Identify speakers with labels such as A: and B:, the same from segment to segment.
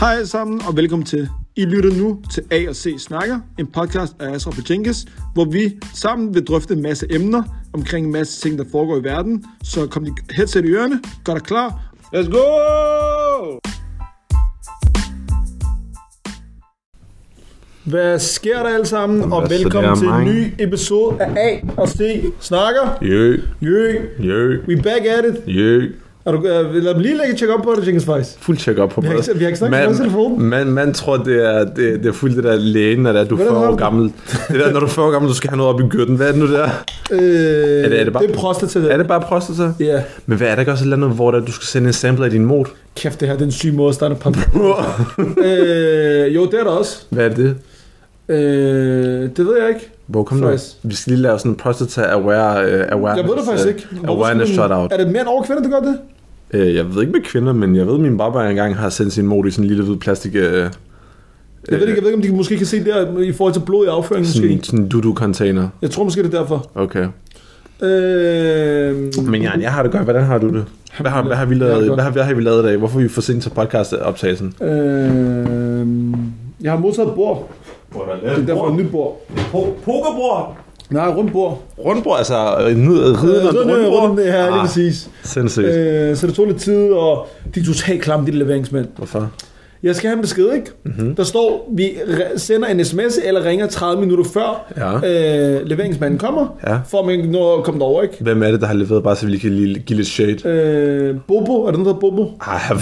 A: Hej alle sammen, og velkommen til. I lytter nu til A og C Snakker, en podcast af Asra Pachinkes, hvor vi sammen vil drøfte en masse emner omkring en masse ting, der foregår i verden. Så kom dit headset i ørerne, gør dig klar. Let's go! Hvad sker der alle sammen, og
B: Hvad så
A: velkommen
B: der,
A: til en
B: mand?
A: ny episode af A og C Snakker.
B: Jø,
A: Jø,
B: jø,
A: we back at it.
B: jø.
A: Er du, øh, lad mig lige lægge et check op på det, Jenkins Weiss.
B: Fuld check op på
A: har ikke- vi har ikke snakket om det i telefonen.
B: man, man tror, det er, det, det er fuldt det der lægen, når det er, du
A: Hvad er det,
B: får
A: har du?
B: år gammel. Det der, når du får år gammel, du skal have noget op i gyrten. Hvad er det nu der?
A: Øh, er,
B: det- er det bare-
A: det er prostata.
B: Er det bare prostata?
A: Ja,
B: Men hvad er der ikke også et eller andet, hvor der, du skal sende en sample af din mod?
A: kæft, det her det er en syg måde at starte et podcast. øh, jo, det er der også.
B: Hvad er det?
A: Øh, det ved jeg ikke.
B: Hvor kom du?
A: Faktisk.
B: Vi skal lige lave sådan en prostata aware, uh, awareness,
A: Jeg ved det faktisk
B: øh,
A: ikke. Hvorfor
B: awareness
A: sådan en-
B: shout-out.
A: Er det mere end over kvinder, der gør det?
B: Øh, jeg ved ikke med kvinder, men jeg ved, at min barbar engang har sendt sin mod i sådan en lille hvid plastik... Øh,
A: Jeg ved, ikke, jeg ved ikke, om de måske kan se det her i forhold til blod i afføringen.
B: sådan,
A: Måske.
B: sådan en dudu-container.
A: Jeg tror måske, det er derfor.
B: Okay.
A: Øh,
B: Men Jan, jeg har det godt. Hvordan har du det? Hvad har, hvad har vi
A: Jeg har det
B: lavet,
A: godt.
B: hvad har, hvad har vi lavet i dag? Hvorfor er vi for sent til podcastoptagelsen?
A: øh, jeg har modtaget et bord. Det er derfor et nyt bord.
B: Pokerbord!
A: Nej, rundt bord.
B: Rundbord, altså øh, nyd- riden og
A: rundt, rundt, rundt,
B: rundbord?
A: det her, lige
B: Ah,
A: præcis.
B: Sindssygt.
A: Øh, så det tog lidt tid, og de er totalt klamme, de der leveringsmænd.
B: Hvorfor?
A: Jeg skal have en besked, ikke?
B: Mhm.
A: Mm-hmm. Der står, vi re- sender en sms eller ringer 30 minutter før
B: Ja.
A: øh, leveringsmanden kommer,
B: Ja.
A: for at man kan nå at komme derover, ikke?
B: Hvem er det, der har leveret, bare så vi lige kan lige give lidt shade? Ah,
A: Øh, Bobo, er det noget, der hedder Bobo?
B: I have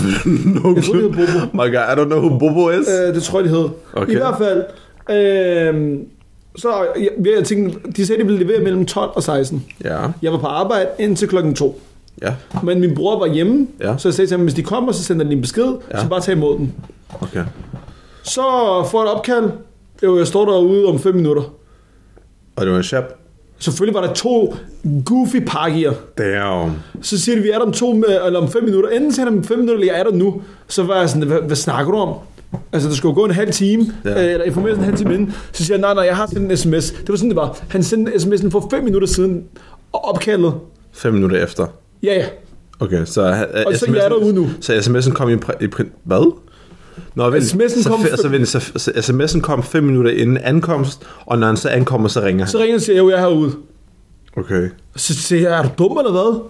B: no
A: Øh. Jeg tror, det
B: clue.
A: hedder Bobo.
B: My god, I don't know who Bobo is.
A: Øh, det tror jeg, det hed.
B: Okay.
A: I hvert fald, øh, så jeg, jeg tænkte, de sagde, de ville levere mellem 12 og 16.
B: Ja,
A: Jeg var på arbejde indtil klokken 2.
B: ja,
A: Men min bror var hjemme,
B: Ja.
A: så jeg sagde til ham, hvis de kommer, så sender de en besked, ja.
B: Ja.
A: så bare tag imod den.
B: okay.
A: Så får jeg et opkald. Jo, jeg står derude om 5 minutter.
B: Og det var en chap.
A: Selvfølgelig var der to goofy pakkier.
B: Damn.
A: Så siger de, vi er der om, to, øh, eller om fem minutter. Enten sender de om fem minutter, eller jeg er der nu. Så var jeg sådan, hvad, hvad snakker du om? Altså, der skulle jo gå en halv time, ja.
B: Ja.
A: eller informere en halv time inden. Så siger jeg, nej, nej, jeg har sendt en sms. Det var sådan, det var. Han sendte sms'en for fem minutter siden, og opkaldet.
B: Fem minutter efter.
A: Ja, ja.
B: Okay, så... øh,
A: Og så jeg er derude nu.
B: Så sms'en kom i, præ- i print... Hvad? Nå, vent,
A: SMS'en
B: så,
A: kom
B: fe-
A: fem-
B: så, vent, så, så sms'en kom 5 minutter inden ankomst, og når han så ankommer, så ringer
A: Så
B: han.
A: ringer han og siger, jo, jeg er herude.
B: Okay.
A: Så siger jeg, er du dum eller hvad?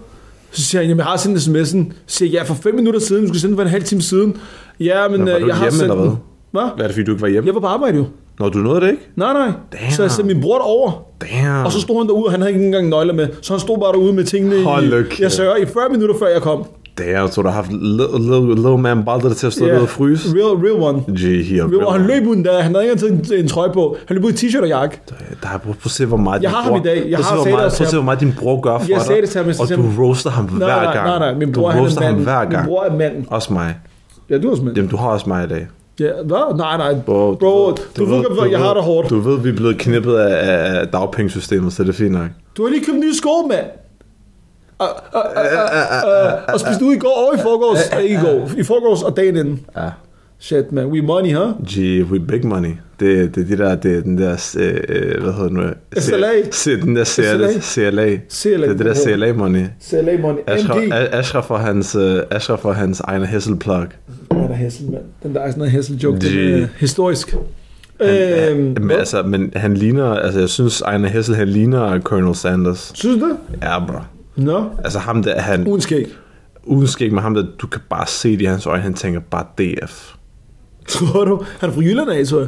A: Så siger han, jamen jeg har sendt sms'en. Så siger jeg, ja, for fem minutter siden, du skulle sende den for en halv time siden. Ja, men
B: Nå, var
A: øh,
B: du
A: jeg har
B: hjemme
A: sendt
B: eller hvad?
A: den. Hvad?
B: Hvad er det, fordi du ikke var hjemme?
A: Jeg var på arbejde jo.
B: Når du nåede det ikke?
A: Nej, nej.
B: Damn.
A: Så jeg sendte min bror derover.
B: Damn.
A: Og så stod han derude, og han havde ikke engang nøgler med. Så han stod bare derude med tingene
B: Hold da
A: i,
B: kæft.
A: jeg sørger, i 40 minutter, før jeg kom.
B: Damn, så du har haft little, little, little man bolder til at stå yeah. og fryse?
A: Real, real one.
B: Gee, he
A: Real, og han løb uden der. Han havde ikke engang taget en, en trøje på. Han løb ud i t-shirt og jakke.
B: Der har prøv at se, hvor meget
A: Jeg
B: din
A: har ham
B: bror-
A: i dag. Jeg
B: prøv at
A: har
B: se, hvor
A: sagt det
B: meget, prøv at
A: til
B: se, hvor meget din bror gør for
A: Jeg
B: dig.
A: sagde det til ham, jeg
B: og
A: sagde
B: du
A: til ham-
B: roaster ham hver
A: Nej, nej,
B: gang.
A: nej, nej. Min bror,
B: du
A: han
B: roaster
A: er manden.
B: ham hver gang.
A: Min bror er manden.
B: Også mig.
A: Ja, du er også med.
B: Jamen, du har også mig i dag.
A: Ja, hvad? Nej, nej. Bro,
B: Bro,
A: du, du ved godt, hvor jeg har det hårdt.
B: Du ved, vi er blevet knippet af, af- af dagpengesystemet, så det er fint nok.
A: Du har lige købt nye sko, mand. Ah, Og, og, og, og, ah, og, og spiste ud i går og i forgårs. Øh, Ikke i går. I forgårs og dagen inden.
B: Ja.
A: Shit, man. We money, huh?
B: Gee, we big money. Det, det, er de der, det er den der, øh, øh, hvad hedder det nu?
A: SLA.
B: Se, den der CLA.
A: SLA.
B: CLA.
A: CLA.
B: Det er det der CLA money.
A: CLA money.
B: Ashraf,
A: MG.
B: A- Ashraf og hans, øh, Ashraf og hans egen Hasselplug.
A: Den der Hessel, mand. Den der Eisner Hessel joke, den
B: Det-
A: er historisk.
B: Han-
A: Øhm,
B: men,
A: hvad?
B: altså, men han ligner, altså jeg synes, Ejner Hessel, han ligner Colonel Sanders.
A: Synes du det?
B: Ja, bro.
A: Nå.
B: Altså ham der, han,
A: Ugen skæg.
B: uden skæg med ham der, du kan bare se det i hans øjne, han tænker bare DF.
A: Tror du? Han er fra Jylland af, tror jeg.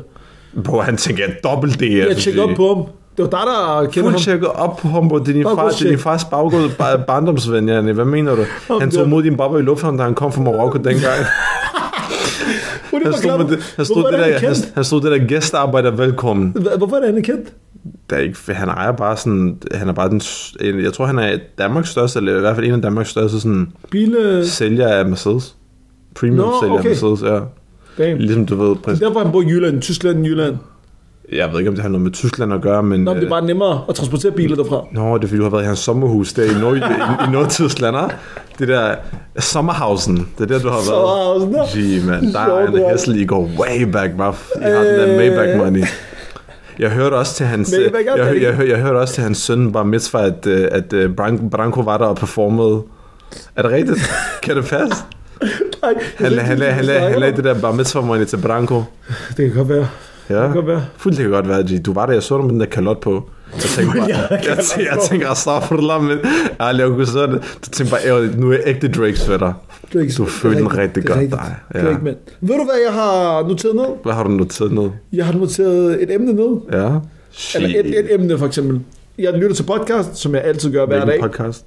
B: Bro, han tænker dobbelt altså, DF.
A: Jeg tjekker op på ham. Det var dig, der kender
B: Hun
A: ham.
B: tjekker op på ham, bro. Det er din,
A: Bare
B: far,
A: god
B: det er din
A: check.
B: fars baggård, ba- barndomsven, Janne. Hvad mener du? Han tog
A: God.
B: mod din baba i lufthavnen, da han kom fra Marokko dengang.
A: Hvor er
B: Han
A: det,
B: stod,
A: der
B: med det, han stod
A: Hvorfor
B: det
A: er
B: der,
A: han
B: han,
A: kendt?
B: han stod det der gæstearbejder velkommen.
A: Hva- Hvorfor er det, han er kendt?
B: Der er ikke, han ejer bare sådan, han er bare den, s- en- jeg tror han er Danmarks største, eller i hvert fald en af Danmarks største sådan,
A: Bil... øh,
B: sælger af Mercedes. Premium
A: Nå,
B: sælger
A: okay.
B: af Mercedes, ja.
A: Damn.
B: Ligesom du ved, præcis.
A: Derfor han bor i Jylland, Tyskland, Jylland.
B: Jeg ved ikke, om det har noget med Tyskland at gøre, men...
A: Nå, men det er bare nemmere at transportere biler derfra.
B: Nå, det er fordi, du har været i hans sommerhus der i, Nord- i, i Nordtyskland, ah? Det der sommerhausen, det er der, du har været.
A: Sommerhausen, ah.
B: Gee, man, der er
A: Sjovt,
B: en
A: ja.
B: hæsel, I går way back, baf. I har den der
A: Øh.
B: Maybach money. Jeg hørte også til hans, jeg,
A: Maybach er
B: jeg,
A: det.
B: jeg, hør- jeg, hørte også til hans søn var midt for, at, øh, at øh, Bran- Branko var der og performede. Er det rigtigt? kan det passe?
A: Er Ej, det er
B: Han,
A: lidt
B: han,
A: det,
B: han, han,
A: vi
B: lag- han
A: snakker
B: lagde det der bar mitzvah til Branko.
A: om. Det kan godt være.
B: Ja.
A: Det kan godt være.
B: Fuldt det kan godt være, G. Du var der, jeg så dig med den der kalot på. Jeg tænkte bare,
A: Ja,
B: jeg, jeg, jeg tænkte, astaghfirullah, men ærlig, jeg kunne så det. Du tænkte bare, "Ærgerligt, nu er jeg ægte Drakes fætter.
A: Drake-
B: Du følte den
A: Drake-
B: rigtig
A: det er
B: godt,
A: rigtigt.
B: dig.
A: Det er
B: Ja.
A: rigtigt, mand. Ved du, hvad jeg har noteret ned?
B: Hvad har du noteret ned?
A: Jeg har noteret et emne ned.
B: Ja.
A: Eller et, et emne, for eksempel. Jeg lytter til podcast, som jeg altid gør hver
B: Hvilken
A: dag.
B: podcast?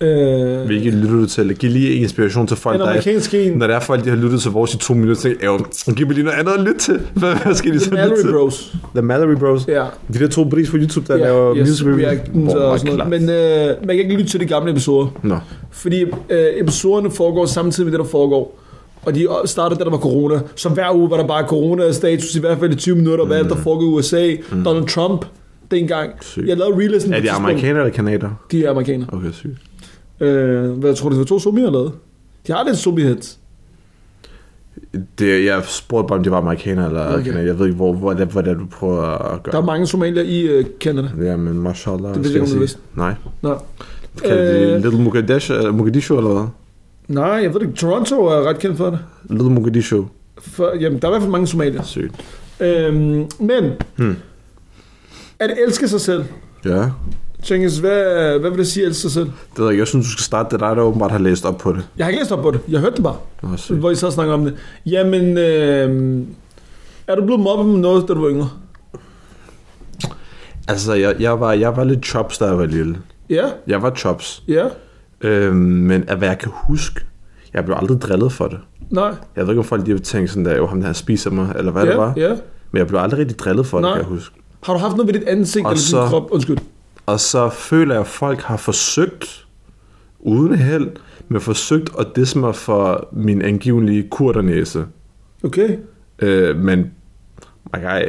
A: Øh,
B: Hvilken lytter du til? Giv lige en inspiration til folk,
A: en
B: der er,
A: amerikansk en.
B: når der er folk, de har lyttet til vores i to minutter, så tænker jeg, "Æv, giv mig lige noget andet at lytte til. Hvad, hvad skal de så
A: The
B: lytte
A: Mallory
B: til?
A: Bros.
B: The Mallory Bros.
A: Ja.
B: De der to bris på YouTube, der
A: Ja,
B: laver
A: yes,
B: music reviews.
A: reactions
B: Hvor
A: og sådan
B: klart.
A: noget. Men øh, man kan ikke lytte til de gamle episoder.
B: Nå.
A: Fordi øh, episoderne foregår samtidig med det, der foregår. Og de øh, startede, da der var corona. Så hver uge var der bare corona-status, i hvert fald i 20 minutter, mm. hvad der foregår i USA. Mm. Donald Trump dengang.
B: Sygt.
A: Jeg lavede re-listen.
B: Er
A: på et
B: de
A: tidspunkt.
B: amerikanere eller kanadier?
A: De er amerikanere.
B: Okay, sygt.
A: Øh, hvad tror du, det var to zombier, jeg lavede? De har lidt zombie-hits.
B: Det, jeg spurgte bare, om de var amerikanere eller
A: Okay.
B: okay. kanadier. Jeg ved ikke, hvor, hvor, hvor, hvor det er, du prøver at gøre.
A: Der er mange somalier i øh, Canada.
B: Ja, men mashallah.
A: Det ved jeg
B: skal
A: ikke, om du
B: sige. Nej.
A: Nå.
B: Kan øh...
A: Øh.
B: det Little Mogadishu, eller Mogadishu eller hvad?
A: Nej, jeg ved det ikke. Toronto er ret kendt for det.
B: Little Mogadishu.
A: For, jamen, der er i hvert fald mange somalier.
B: Sygt.
A: Øhm, men,
B: Hmm.
A: at elske sig selv.
B: Ja.
A: Tænkes, hvad, hvad vil det sige at elske sig selv?
B: Det ved jeg ikke. Jeg synes, du skal starte det dig, der åbenbart har læst op på det.
A: Jeg har ikke læst op på det. Jeg hørte det bare,
B: Nå, sygt.
A: hvor I så snakker om det. Jamen, øh, er du blevet mobbet med noget, da du var yngre? Mm.
B: Altså, jeg, jeg, var, jeg var lidt chops, da jeg var lille.
A: Ja,
B: Jeg var chops.
A: ja,
B: Øhm, men at hvad jeg kan huske, jeg blev aldrig drillet for det.
A: nej.
B: Jeg ved ikke, om folk de har tænkt sådan der, jo, ham der han spiser mig, eller hvad
A: ja,
B: det var.
A: ja.
B: Men jeg blev aldrig rigtig drillet for det,
A: Nej.
B: kan jeg huske.
A: Har du haft noget ved dit ansigt
B: Og
A: eller din
B: så-
A: krop? Undskyld.
B: Og så føler jeg, at folk har forsøgt, uden held, men forsøgt at disse mig for min angivelige kurdernæse.
A: Okay.
B: Øh, men, my guy,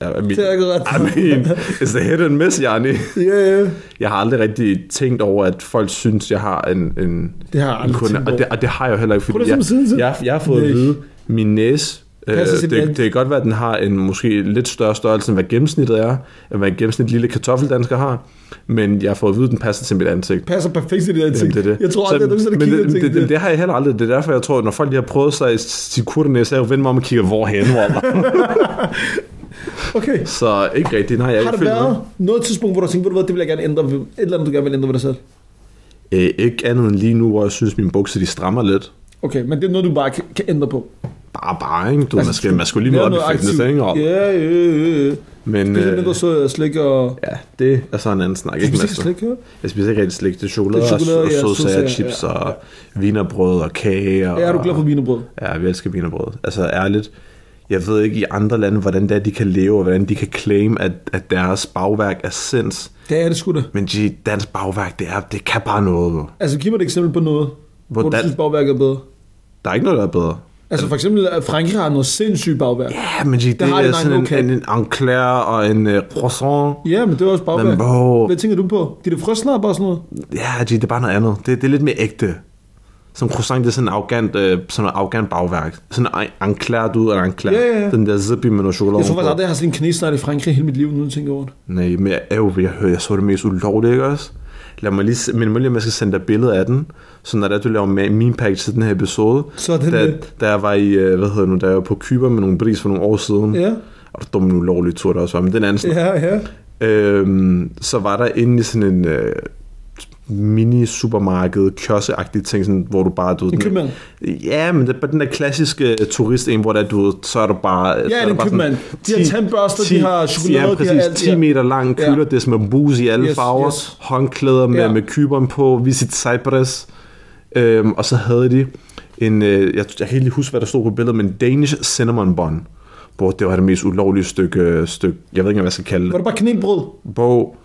B: I mean,
A: Det er ikke ret.
B: I mean, it's the hit and miss, Jani.
A: Ja, ja.
B: Jeg har aldrig rigtig tænkt over, at folk synes, jeg har en, en,
A: Det har jeg
B: en
A: aldrig tænkt
B: Og det, og det har jeg jo heller ikke,
A: Prøv
B: fordi
A: lige at se mig siden til.
B: jeg, jeg, jeg har fået at
A: Nej.
B: vide, min næse, øh,
A: Passer
B: det,
A: sit
B: det
A: land.
B: kan godt være, at den har en måske lidt større størrelse, end hvad gennemsnittet er, end hvad en gennemsnit lille kartoffeldansker har, men jeg har fået at vide, at den passer til mit ansigt.
A: Passer perfekt til dit ansigt.
B: Jamen, det er det.
A: Jeg tror aldrig, at der er nogen, der
B: men
A: kigger
B: det,
A: og
B: det,
A: tænker
B: det, det, det, har jeg heller aldrig. Det er derfor, jeg tror, at når folk lige har prøvet sig i sit kurdernæse, så er jeg jo vendt mig om og kigger, hvorhen, hvor
A: Okay.
B: Så ikke rigtigt, nej, jeg
A: Har
B: ikke
A: der
B: følt
A: været
B: noget.
A: noget tidspunkt, hvor du tænkte, ved du hvad, det vil jeg gerne ændre ved, et eller andet, du gerne vil ændre ved dig selv?
B: Øh, ikke andet end lige nu, hvor jeg synes, mine bukser de strammer lidt.
A: Okay, men det er noget, du bare kan, kan ændre på.
B: Bare, bare, ikke? Du,
A: Altså,
B: man, skal, man skulle lige
A: Lave
B: møde op
A: noget
B: i fitness,
A: aktivt.
B: ikke? Og,
A: Ja, ja, ja, ja.
B: Men,
A: Spise mindre
B: øh,
A: sød og slik og...
B: ja, det er så en anden snak, ikke?
A: Spise ikke
B: Mads?
A: slik, ja?
B: Jeg spiser ikke rigtig slik. Det er chokolade,
A: Det er chokolade,
B: og,
A: ja,
B: og sødsager,
A: sødsager,
B: chips
A: ja.
B: og vinerbrød og kage. Og,
A: Ja, er du glad for vinerbrød?
B: Ja, vi elsker vinerbrød. Altså ærligt, jeg ved ikke i andre lande, hvordan det er, de kan leve, og hvordan de kan claim, at, at deres bagværk er sinds.
A: Det er det sgu da.
B: Men G, dansk bagværk, det, er, det kan bare noget. jo.
A: Altså, giv mig et eksempel på noget, hvor, hvor du
B: Hvordan-
A: synes, bagværket er bedre.
B: Der er ikke noget, der er bedre.
A: Altså, for eksempel, at Frankrig har noget sindssygt bagværk. Ja,
B: Ja, men G, det, det
A: har de
B: er
A: nok
B: sådan
A: okay.
B: en, en, en enclair og en uh, croissant.
A: men det er også bagværk.
B: Men bro.
A: Hvad tænker du på? De der frøsnapper og sådan noget?
B: Ja, G, det er bare noget andet. Det, det er lidt mere ægte. Som croissant, det er sådan en arrogant, øh, sådan noget arrogant bagværk. Sådan en enclair, du er en enclair.
A: Ja, ja, ja.
B: Den der zippy med noget chokolade.
A: Jeg tror
B: ovenpå.
A: faktisk aldrig, jeg har set en kinesnart i Frankrig hele mit liv, nu jeg tænker over det.
B: Nej, men jeg er jo ved at høre, jeg så det mest ulovlige, ikke også? Lad mig lige, se- men må lige, om jeg skal sende dig billeder af den, så når det er, du laver ma- min pakke til den her episode,
A: Så er den
B: da,
A: med.
B: da, jeg var i, øh, hvad hedder det nu, da jeg var på Kyber med nogle bris for nogle år siden,
A: Ja.
B: og der dumme ulovlige tur, der også var, men den anden snak.
A: Ja, ja.
B: Øhm, så var der inde i sådan en øh, mini supermarked kiosseagtig ting, sådan, hvor du bare... Du, ved, den-
A: købmand.
B: Ja, men det er bare den der klassiske øh, turist en, hvor der, du, ved, så er du bare... øh, så
A: det er
B: der
A: en
B: bare sådan
A: købmand. De har
B: 10
A: tandbørster, de
B: 10
A: har chokolade,
B: ja,
A: de har
B: præcis,
A: alt,
B: 10
A: ja.
B: meter lang
A: Ja.
B: køler, det er som en bus i alle
A: Yes,
B: yes, farver,
A: yes.
B: yes. håndklæder med,
A: Ja.
B: ja. med kyberen på, Visit Cyprus, øhm, og så havde de en, øh, jeg, jeg kan ikke lige huske, hvad der stod på billedet, men Danish Cinnamon Bun. Bro, det var det mest ulovlige stykke, øh, stykke jeg ved ikke, hvad jeg skal kalde det
A: Var det bare kanelbrød?
B: bog,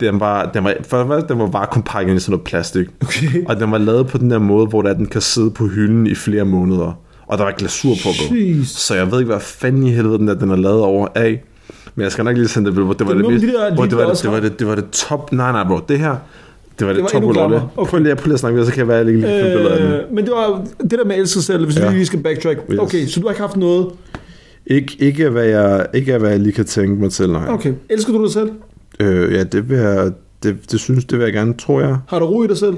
B: den var, den var, for det første, den var vakuumpakket i sådan noget plastik.
A: Okay.
B: Og den var lavet på den der måde, hvor der, den kan sidde på hylden i flere måneder. Og der var glasur på den.
A: Jeez.
B: Så jeg ved ikke, hvad fanden i helvede den der, den er lavet over af. Men jeg skal nok lige sende det, billede, hvor det var
A: Det er
B: det,
A: nogle af de der
B: mest- hvor det,
A: lige,
B: var
A: der
B: det,
A: også
B: det, var
A: har-
B: det, det var det top. Nej, nej, bro. Det her, det var det,
A: var
B: top
A: endnu
B: ulovlige.
A: klammere. Okay.
B: Prøv lige, prøv lige at snakke videre, så kan jeg være lige lige finde billeder af den.
A: Øh, men det var det der med at elske sig selv, hvis vi
B: Ja.
A: lige skal backtrack.
B: Yes.
A: Okay, så du har ikke haft noget.
B: Ikke, ikke, hvad jeg, ikke hvad jeg lige kan tænke mig til, nej.
A: Okay, elsker du dig selv?
B: Øh, ja, det vil jeg, det, det synes, det vil jeg gerne, tror jeg.
A: Har du ro i dig selv?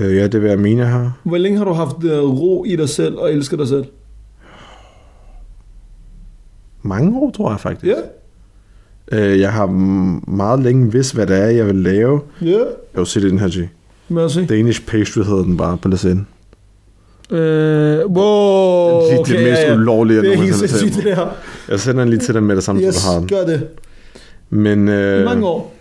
B: Øh, ja, det vil jeg mene her.
A: Hvor længe har du haft øh, ro i dig selv og elsker dig selv?
B: Mange år, tror jeg faktisk.
A: Ja,
B: Øh, jeg har m- meget længe vidst, hvad det er, jeg vil lave.
A: ja,
B: Jeg vil se det i den her, G.
A: må jeg se.
B: Danish pastry hedder den bare på lasagne.
A: Øh, wow,
B: Det er
A: okay,
B: det mest
A: ja, ja.
B: ulovlige, jeg
A: Det er helt
B: nogensinde har
A: sindssygt, det
B: set.
A: der.
B: Jeg sender den lige til dig med det samme, yes,
A: Yes,
B: du har den.
A: gør det.
B: Men, øh,
A: I mange år.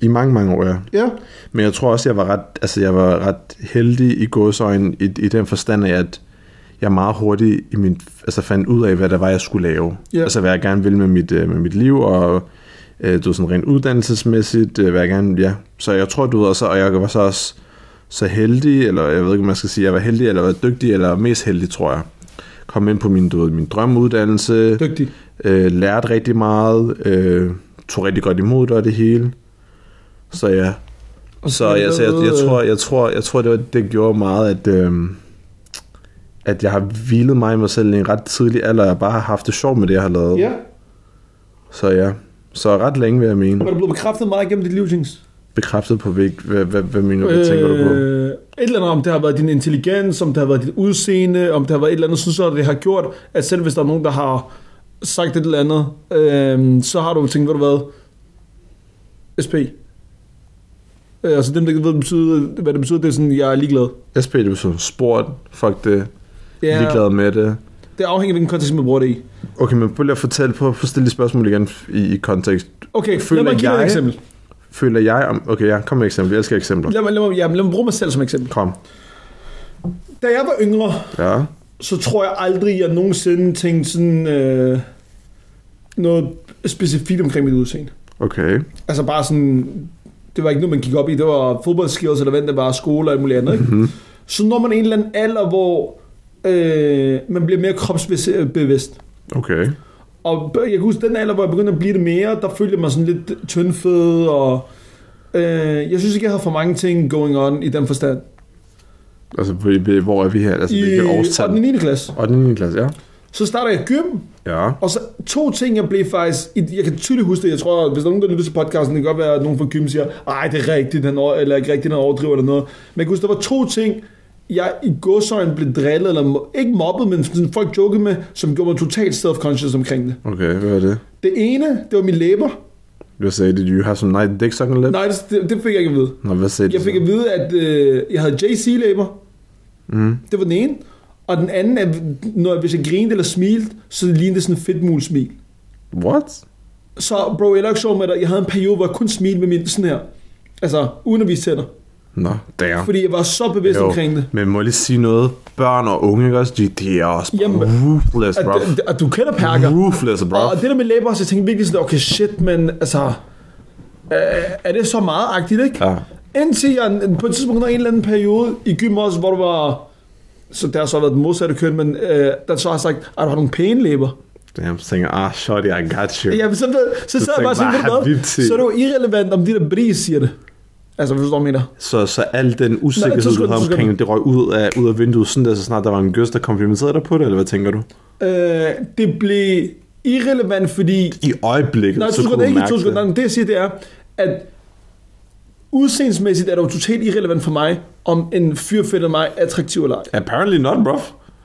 B: I mange, mange år, ja.
A: Ja.
B: Men jeg tror også, jeg var ret, altså, jeg var ret heldig i gåsøjen i, i den forstand af, at jeg meget hurtigt i min, altså, fandt ud af, hvad der var, jeg skulle lave.
A: Ja.
B: Altså, hvad jeg gerne ville med mit, øh, med mit liv, og øh, du ved, sådan rent uddannelsesmæssigt, øh, hvad jeg gerne, ja. Så jeg tror, du ved, og, så, og jeg var så også så heldig, eller jeg ved ikke, om man skal sige, jeg var heldig, eller var dygtig, eller mest heldig, tror jeg. Kom ind på min, du ved, min drømmeuddannelse
A: Dygtig.
B: øh, lærte rigtig meget, øh, tog rigtig godt imod dig og det hele. Så ja, så,
A: er det
B: jeg, så jeg,
A: derude,
B: jeg,
A: øh,
B: tror, jeg, tror, jeg tror, det, var, det gjorde meget, at, øh, at jeg har hvilet mig i mig selv i en ret tidlig alder, og jeg bare har haft det sjovt med det, jeg har lavet.
A: Ja,
B: Så ja, så ret længe vil jeg
A: og
B: mene.
A: du er blevet bekræftet meget gennem dit liv, Jinx.
B: Bekræftet på væg, hvad, hvad, hvad, mener, hvad tænker du på?
A: Øh, Et eller andet om det har været din intelligens, om det har været dit udseende, om det har været et eller andet, synes jeg, det har gjort, at selv hvis der er nogen, der har sagt et eller andet, øh, så har du tænkt, ved du hvad, SP. Øh, altså dem, der ikke ved, betyder, hvad det betyder, det er sådan, jeg er ligeglad.
B: SP, det betyder sport, fuck det,
A: Ja,
B: ligeglad med det.
A: Det afhænger af, hvilken kontekst man bruger det i.
B: Okay, men prøv lige at fortælle, prøv at stille de spørgsmål igen i, i kontekst.
A: Okay,
B: Føler
A: lad mig give dig et
B: jeg-
A: eksempel.
B: Føler jeg om... Okay, ja, kom med eksempler. Jeg elsker eksempler.
A: Lad mig, lad, mig, ja, lad mig bruge mig selv som eksempel.
B: Kom.
A: Da jeg var yngre,
B: Ja.
A: så tror jeg aldrig, jeg nogensinde tænkte sådan øh, noget specifikt omkring mit udseende.
B: Okay.
A: Altså bare sådan, det var ikke noget, man gik op i. Det var fodboldskills, eller hvad det var, skole og alt muligt andet. Ikke?
B: Mhm.
A: Mm-hmm. Så når man en eller anden alder, hvor øh, man bliver mere kropsbevidst.
B: Okay.
A: Og jeg kan huske, den alder, hvor jeg begyndte at blive det mere, der følte jeg mig sådan lidt tyndfed, og øh, jeg synes ikke, jeg havde for mange ting going on i den forstand.
B: Altså, hvor- hvor- hvor er vi her? Altså,
A: I
B: hvilket årstal?
A: 8. 9. klasse.
B: Og den 9. klasse, ja.
A: Så starter jeg gym,
B: Ja.
A: Og så to ting, jeg blev faktisk... Jeg kan tydeligt huske det. Jeg tror, hvis der er nogen, der lytter til podcasten, det kan godt være, at nogen fra gym siger, ej, det er rigtigt, han over, eller ikke rigtigt, han overdriver eller noget. Men jeg kan huske, der var to ting, jeg i godsøjen blev drillet, eller mo- ikke mobbet, men sådan, folk jokede med, som gjorde mig totalt self-conscious omkring det.
B: Okay, hvad er det?
A: Det ene, det var mine læber.
B: Du sagde, did you have some night dick sucking lip?
A: Nej, det, det, det fik jeg ikke at vide.
B: Nå, hvad sagde
A: Jeg
B: du
A: fik
B: så?
A: at vide, at øh, jeg havde JC-læber.
B: Mm.
A: Det var den ene. Og den anden, at når, hvis jeg grinede eller smilte, så lignede det sådan en fedt smil.
B: What?
A: Så bro, jeg er ikke sjov med dig. Jeg havde en periode, hvor jeg kun smilte med min sådan her. Altså, uden at vise tænder.
B: Nå, damn.
A: Fordi jeg var så bevidst jo. omkring det.
B: Men må jeg lige sige noget? Børn og unge, ikke også? De, de er også bare
A: Jamen,
B: ruthless,
A: At,
B: bro.
A: at, at du kender perker.
B: Ruthless, bro.
A: Og det der med læber også, jeg tænkte virkelig sådan, okay shit, men altså... Øh, er det så meget agtigt, ikke?
B: Ja.
A: Indtil jeg på et tidspunkt under en eller anden periode i gym også, hvor du var... Så der har så været den modsatte køn, men øh, der så har sagt, at du har nogle pæne læber.
B: Damn, så tænker jeg, ah, shorty, I got you.
A: Ja, men så, så, så, så sad
B: tænkte
A: jeg bare sådan, ved
B: bare,
A: du hvad,
B: "Habibi."
A: så er det jo irrelevant, om de der bris siger det. Altså, hvis du forstår, hvad jeg mener.
B: Så, så al den
A: Nej, så
B: usikkerhed,
A: skal
B: du
A: du-
B: havde
A: så skal
B: omkring det, det røg ud af, ud af vinduet, sådan der, så snart der var en gøs, der komplimenterede dig på det, eller hvad tænker du?
A: Øh, det blev irrelevant, fordi...
B: I øjeblikket,
A: Nej, to
B: så kunne
A: sekunder,
B: du
A: ikke
B: mærke
A: to
B: det.
A: sekunder. Nej, Det jeg siger, det er, at udseendsmæssigt er det jo totalt irrelevant for mig, om en fyr finder mig attraktiv eller ej.
B: Apparently not, bro.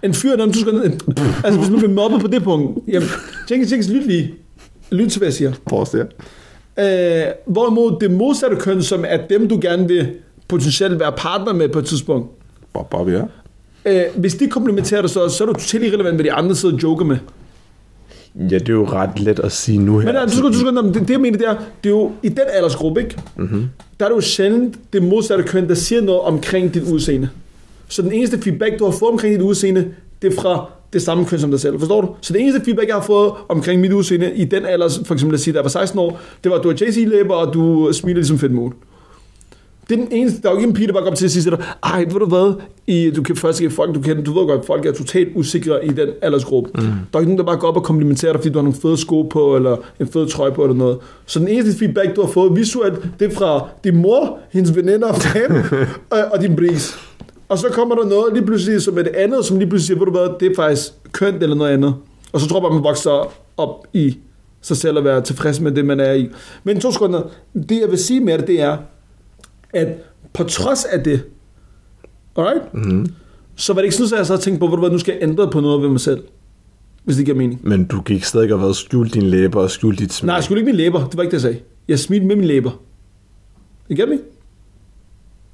A: En fyr, der to sekunder... Altså, hvis man bliver mobbet på det punkt... Jamen, Jenkins, Jenkins, lyt lige. Lyt til, hvad jeg siger.
B: Forrest, ja.
A: Øh, hvorimod det modsatte køn, som er dem, du gerne vil potentielt være partner med på et tidspunkt,
B: Bob, Bob, ja.
A: øh, hvis de komplementerer dig så, så er du totalt irrelevant, hvad de andre sidder og joker med.
B: Ja, det er jo ret let at sige nu her.
A: Men nej, du skal, du skal, det, det jeg mener, det er, det er jo i den aldersgruppe, ikke? Mm-hmm. der er det jo sjældent det modsatte køn, der siger noget omkring dit udseende. Så den eneste feedback, du har fået omkring dit udseende, det er fra det samme køn som dig selv. Forstår du? Så det eneste feedback, jeg har fået omkring mit udseende i den alder, for eksempel at sige, da jeg var 16 år, det var, at du har JC-læber, og du smiler ligesom Fit Moon. Det er den eneste, der er jo ikke en pige, der bare går op til at sige til dig, ej, ved du hvad, I, du kan først ikke folk, du kender, du ved godt, folk er totalt usikre i den aldersgruppe. Mm. Der er ikke nogen, der bare går op og komplimenterer dig, fordi du har nogle fede sko på, eller en fed trøje på, eller noget. Så den eneste feedback, du har fået visuelt, det er fra din mor, hendes veninder, fan, og, og din bris. Og så kommer der noget lige pludselig, som er det andet, som lige pludselig siger, ved du hvad, det er faktisk kønt eller noget andet. Og så tror jeg bare, man vokser op i sig selv og være tilfreds med det, man er i. Men to sekunder, det jeg vil sige med det, det er, at på trods af det, Alright? Mm-hmm.
B: Mhm.
A: Så var det ikke sådan, at jeg så tænkte på, ved du hvad, nu skal jeg ændre på noget ved mig selv. Hvis det giver mening.
B: Men du gik stadig og været skjult dine læber og skjult dit smil.
A: Nej, jeg skulle ikke mine læber. Det var ikke det, jeg sagde. Jeg smidte med mine læber. Det giver mig.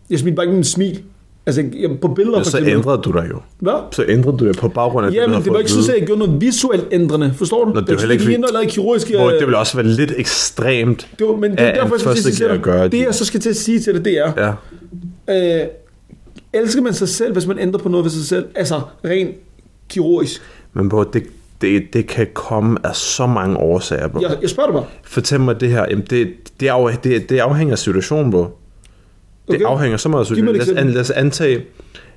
A: Jeg smidte bare ikke med min smil. Altså, jeg, på billeder
B: Men så ændrede du dig jo.
A: Hvad?
B: Så ændrede du dig på baggrund af
A: Ja,
B: du
A: men
B: havde
A: det var
B: fået
A: ikke sådan,
B: vide.
A: at jeg gjorde noget visuelt ændrende. Forstår du?
B: Nå, det var heller ikke
A: fordi...
B: fordi-
A: Jeg lavede kirurgiske...
B: Hvor det ville også være lidt ekstremt.
A: Det var, men det
B: Ja,
A: er derfor, jeg
B: en
A: skal til at sige
B: første
A: til
B: gear gør
A: dig. Det
B: det.
A: jeg så skal til at sige til dig, det er,
B: Ja.
A: øh, elsker man sig selv, hvis man ændrer på noget ved sig selv? Altså, rent kirurgisk.
B: Men bro, det, det, det kan komme af så mange årsager, bro.
A: Jeg, jeg spørger dig bare.
B: Fortæl mig det her. Jamen, det, det, af, det, det afhænger af situationen, bro. Det
A: Okay.
B: okay. afhænger så meget af
A: Giv mig et
B: situationen. Lad os, an,
A: eksempel.
B: lad os antage,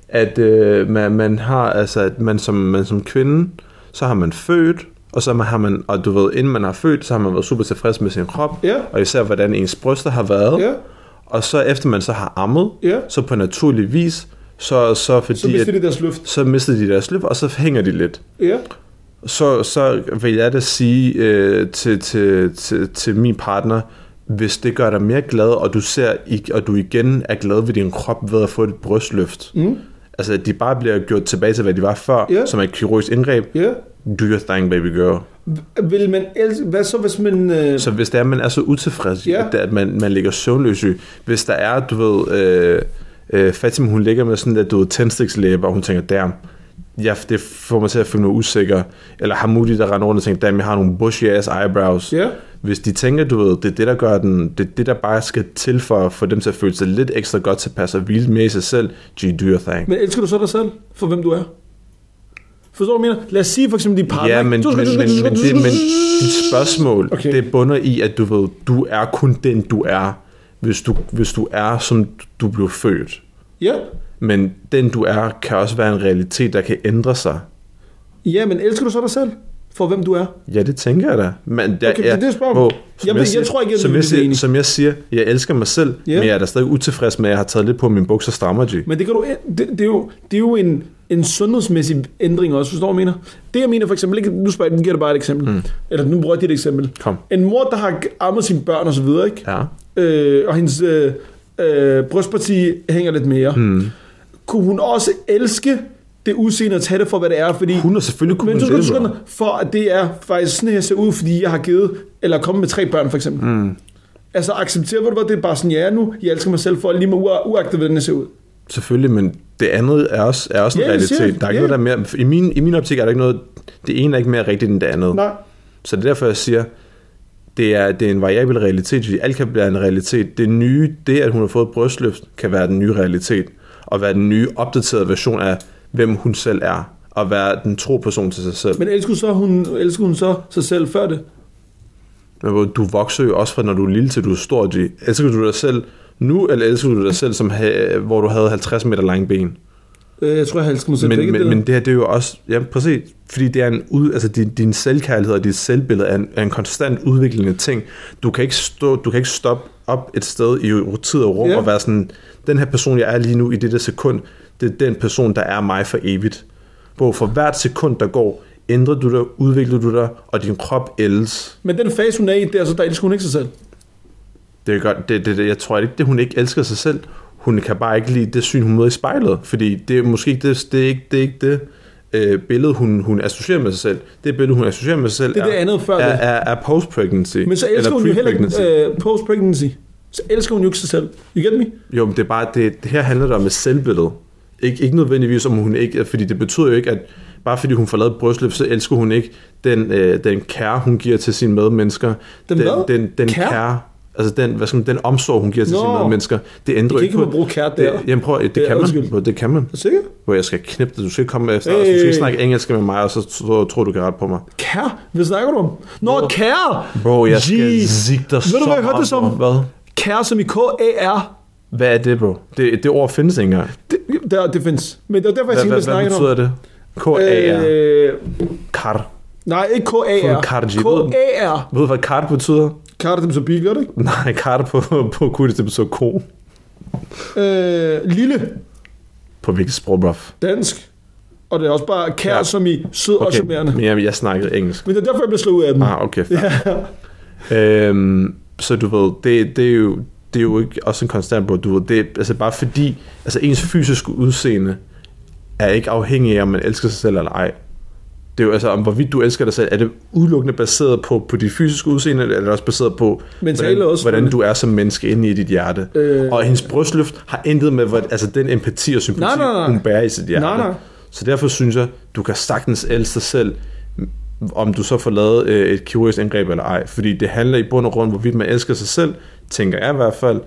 B: at øh, man, man har, altså, at man som, man som kvinde, så har man født, og så har man, og du ved, inden man har født, så har man været super tilfreds med sin krop,
A: Ja.
B: og især hvordan ens bryster har været.
A: Ja.
B: Og så efter man så har ammet,
A: Ja.
B: så på naturlig vis, så, så fordi...
A: Så mister
B: at-
A: de deres luft.
B: så mister de deres løb, og så hænger de lidt.
A: Ja.
B: Så, så vil jeg da sige øh, til, til, til, til min partner, hvis det gør dig mere glad, og du ser i- og du igen er glad ved din krop ved at få et brystløft, mm. altså at de bare bliver gjort tilbage til, hvad de var før,
A: Ja.
B: som er et kirurgisk indgreb,
A: Ja.
B: do your thing, baby girl.
A: Vil man elske... Hvad så, hvis man... Øh,
B: Så hvis det er, at man er så utilfreds,
A: Ja.
B: yeah. at, det er, at man, man ligger søvnløs i, hvis der er, du ved, øh, øh, Fatima, hun ligger med sådan, at du ved, tændstikslæber, og hun tænker, damn, ja, det får mig til at føle mig usikker. Eller Hamudi, der render rundt og tænker, damn, jeg har nogle bushy ass eyebrows.
A: Ja.
B: Hvis de tænker, du ved, det er det, der gør den, det er det, der bare skal til for at få dem til at føle sig lidt ekstra godt tilpas og hvile mere i sig selv, gee, do your thing.
A: men elsker du så dig selv for, hvem du er? Forstår du, hvad jeg mener? Lad os sige for eksempel din partner.
B: Ja, men, men,
A: Du
B: men,
A: skal- du
B: men,
A: skal- du skal-
B: men,
A: du
B: det,
A: skal-
B: men dit spørgsmål,
A: Okay.
B: okay. det bunder i, at du ved, du er kun den, du er, hvis du, hvis du er, som du blev født.
A: Ja.
B: Men den, du er, kan også være en realitet, der kan ændre sig.
A: Ja, men elsker du så dig selv for, hvem du er?
B: Ja, det tænker jeg da. Men der,
A: Okay, det er det, jeg spørger om.
B: Hvor,
A: Jeg ved- jeg
B: siger,
A: tror ikke, jeg er
B: som jeg, siger,
A: enig.
B: som jeg siger, jeg elsker mig selv,
A: Ja.
B: yeah. men jeg er da stadig utilfreds med, at jeg har taget lidt på min bukser strammer, G.
A: Men det, kan du, det, det, er jo, det er jo en, en sundhedsmæssig ændring også, forstår du, hvad jeg mener? Det jeg mener for eksempel, ikke, nu, spørger, jeg- nu giver jeg dig bare et eksempel, mm. eller nu bruger jeg dit eksempel.
B: Kom.
A: En mor, der har ammet sine børn og så videre, ikke?
B: Ja.
A: Øh, og hendes øh, øh, brystparti hænger lidt mere. Mm. Kunne hun også elske det udseende og tage det for, hvad det er? Fordi,
B: Hun er selvfølgelig kunne
A: men
B: hun
A: du skal
B: det,
A: huske,
B: bro.
A: for at det er faktisk sådan her ser ud, fordi jeg har givet, eller kommet med tre børn for eksempel. Mm. Altså accepterer du, at det er bare sådan, jeg er nu, jeg elsker mig selv for, lige med ua- uagtet, hvordan jeg ser ud.
B: Selvfølgelig, men det andet er også, er også en
A: Ja, jeg siger
B: realitet.
A: det.
B: Der er
A: Ja.
B: ikke noget, der er mere... I min, I min optik er der ikke noget... Det ene er ikke mere rigtigt end det andet.
A: Nej.
B: Så det er derfor, jeg siger, det er, det er en variabel realitet, fordi alt kan være en realitet. Det nye, det at hun har fået et brystløft, kan være den nye realitet, og være den nye opdaterede version af, hvem hun selv er, og være den tro person til sig selv. Men,
A: Men elsker hun så, hun, elsker hun så sig selv før det?
B: Men hvor du vokser jo også fra, når du er lille til du er stor, G. Elsker du dig selv nu, eller elsker du dig selv, som, ha- hvor du havde 50 meter lange ben?
A: Øh, Jeg tror, jeg elsker mig selv.
B: men,
A: begge
B: men,
A: dele.
B: men det her, det er jo også... Ja, præcis. Fordi det er en ud, altså din, din selvkærlighed og dit selvbillede er en, er en konstant udviklende ting. Du kan ikke, stå, du kan ikke stoppe op et sted i tid og rum
A: Ja.
B: yeah. og være sådan, den her person, jeg er lige nu i det der sekund, det er den person, der er mig for evigt. Hvor for hvert sekund, der går, ændrer du dig, udvikler du dig, og din krop ældes.
A: men den fase, hun er i, det er så, der elsker hun ikke sig selv.
B: Det er godt, det, det, det, jeg tror ikke, det hun ikke elsker sig selv. Hun kan bare ikke lide det syn, hun møder i spejlet, fordi det er måske ikke det, det, er ikke, det, er ikke det øh, billede, hun, hun associerer med sig selv. Det billede, hun associerer med sig selv,
A: Det er det andet før
B: er,
A: det.
B: er, er post-pregnancy.
A: Men så elsker hun jo heller
B: pre-pregnancy.
A: ikke øh, post-pregnancy. Så elsker hun jo ikke sig selv. You get me?
B: Jo, men det er bare, det, det her handler det om et selvbillede. Ik- ikke nødvendigvis om hun ikke, fordi det betyder jo ikke, at bare fordi hun får lavet et brystløft, så elsker hun ikke den, øh, den kære, hun giver til sine medmennesker.
A: Den
B: den,
A: hvad?
B: den, den
A: Kære?
B: kære? altså den, hvad skal man, den omsorg, hun giver til
A: Nå.
B: sine medmennesker. Det
A: kan
B: ændrer jo
A: ikke
B: på...
A: man bruge kære
B: det,
A: der.
B: Jamen prøv, det,
A: Ja,
B: det kan
A: undskyld.
B: man. Bro, Det kan man.
A: Er du sikker?
B: Hvor jeg skal knippe dig. Du skal ikke komme efter
A: Hey.
B: hey. Du skal ikke snakke engelsk med mig, og så tror, tror du kan rette på mig.
A: Kære? Hvad snakker du om? Nå,
B: Nå.
A: kære!
B: Bro, jeg skal
A: Jeez.
B: zigge dig så
A: Ved du, hvad jeg hørte det
B: meget,
A: som?
B: bro. Hvad?
A: Kære som i K-A-R.
B: Hvad er det, bro? Det, det ord findes ikke engang.
A: Det, der, det findes. Men det var derfor, jeg
B: Hvad,
A: tænkte,
B: hvad,
A: hvad
B: hvad
A: snakker du om.
B: betyder det? K-A-R.
A: Øh,
B: Kar.
A: nej, ikke
B: Fået
A: K-A-R.
B: en karji, ved du?
A: K-A-R.
B: Ved du, hvad kart betyder?
A: Kære dem så bil, gør det ikke?
B: Nej, kart på, på kurdisk, det betyder ko.
A: Øh, lille
B: På hvilket sprog, bruv?
A: dansk. Og det er også bare kære
B: Ja.
A: som i sød og
B: Okay,
A: charmerende.
B: men Ah, jeg, jeg snakkede engelsk.
A: Men det er derfor, jeg blev slået ud af den.
B: Ah, okay, fair. øhm, så du ved, det, det er jo... Det, det er jo ikke også en konstant, hvor du ved, det er altså bare fordi, altså ens fysiske udseende er ikke afhængig af, om man elsker sig selv eller ej. Det er jo altså, om hvorvidt du elsker dig selv, er det udelukkende baseret på, på dit fysiske udseende, eller er det også baseret på,
A: Mentale
B: hvordan,
A: også,
B: hvordan
A: men-
B: du er som menneske inde i dit hjerte. Øh,
A: Øh.
B: og hendes brystløft har intet med, hvor, altså den empati og sympati,
A: Nej, nej, nej.
B: hun bærer i sit hjerte.
A: Nej, nej.
B: Så derfor synes jeg, du kan sagtens elske dig selv, om du så får lavet øh, et kirurgisk indgreb eller ej. Fordi det handler i bund og grund, hvorvidt man elsker sig selv, tænker jeg i hvert fald,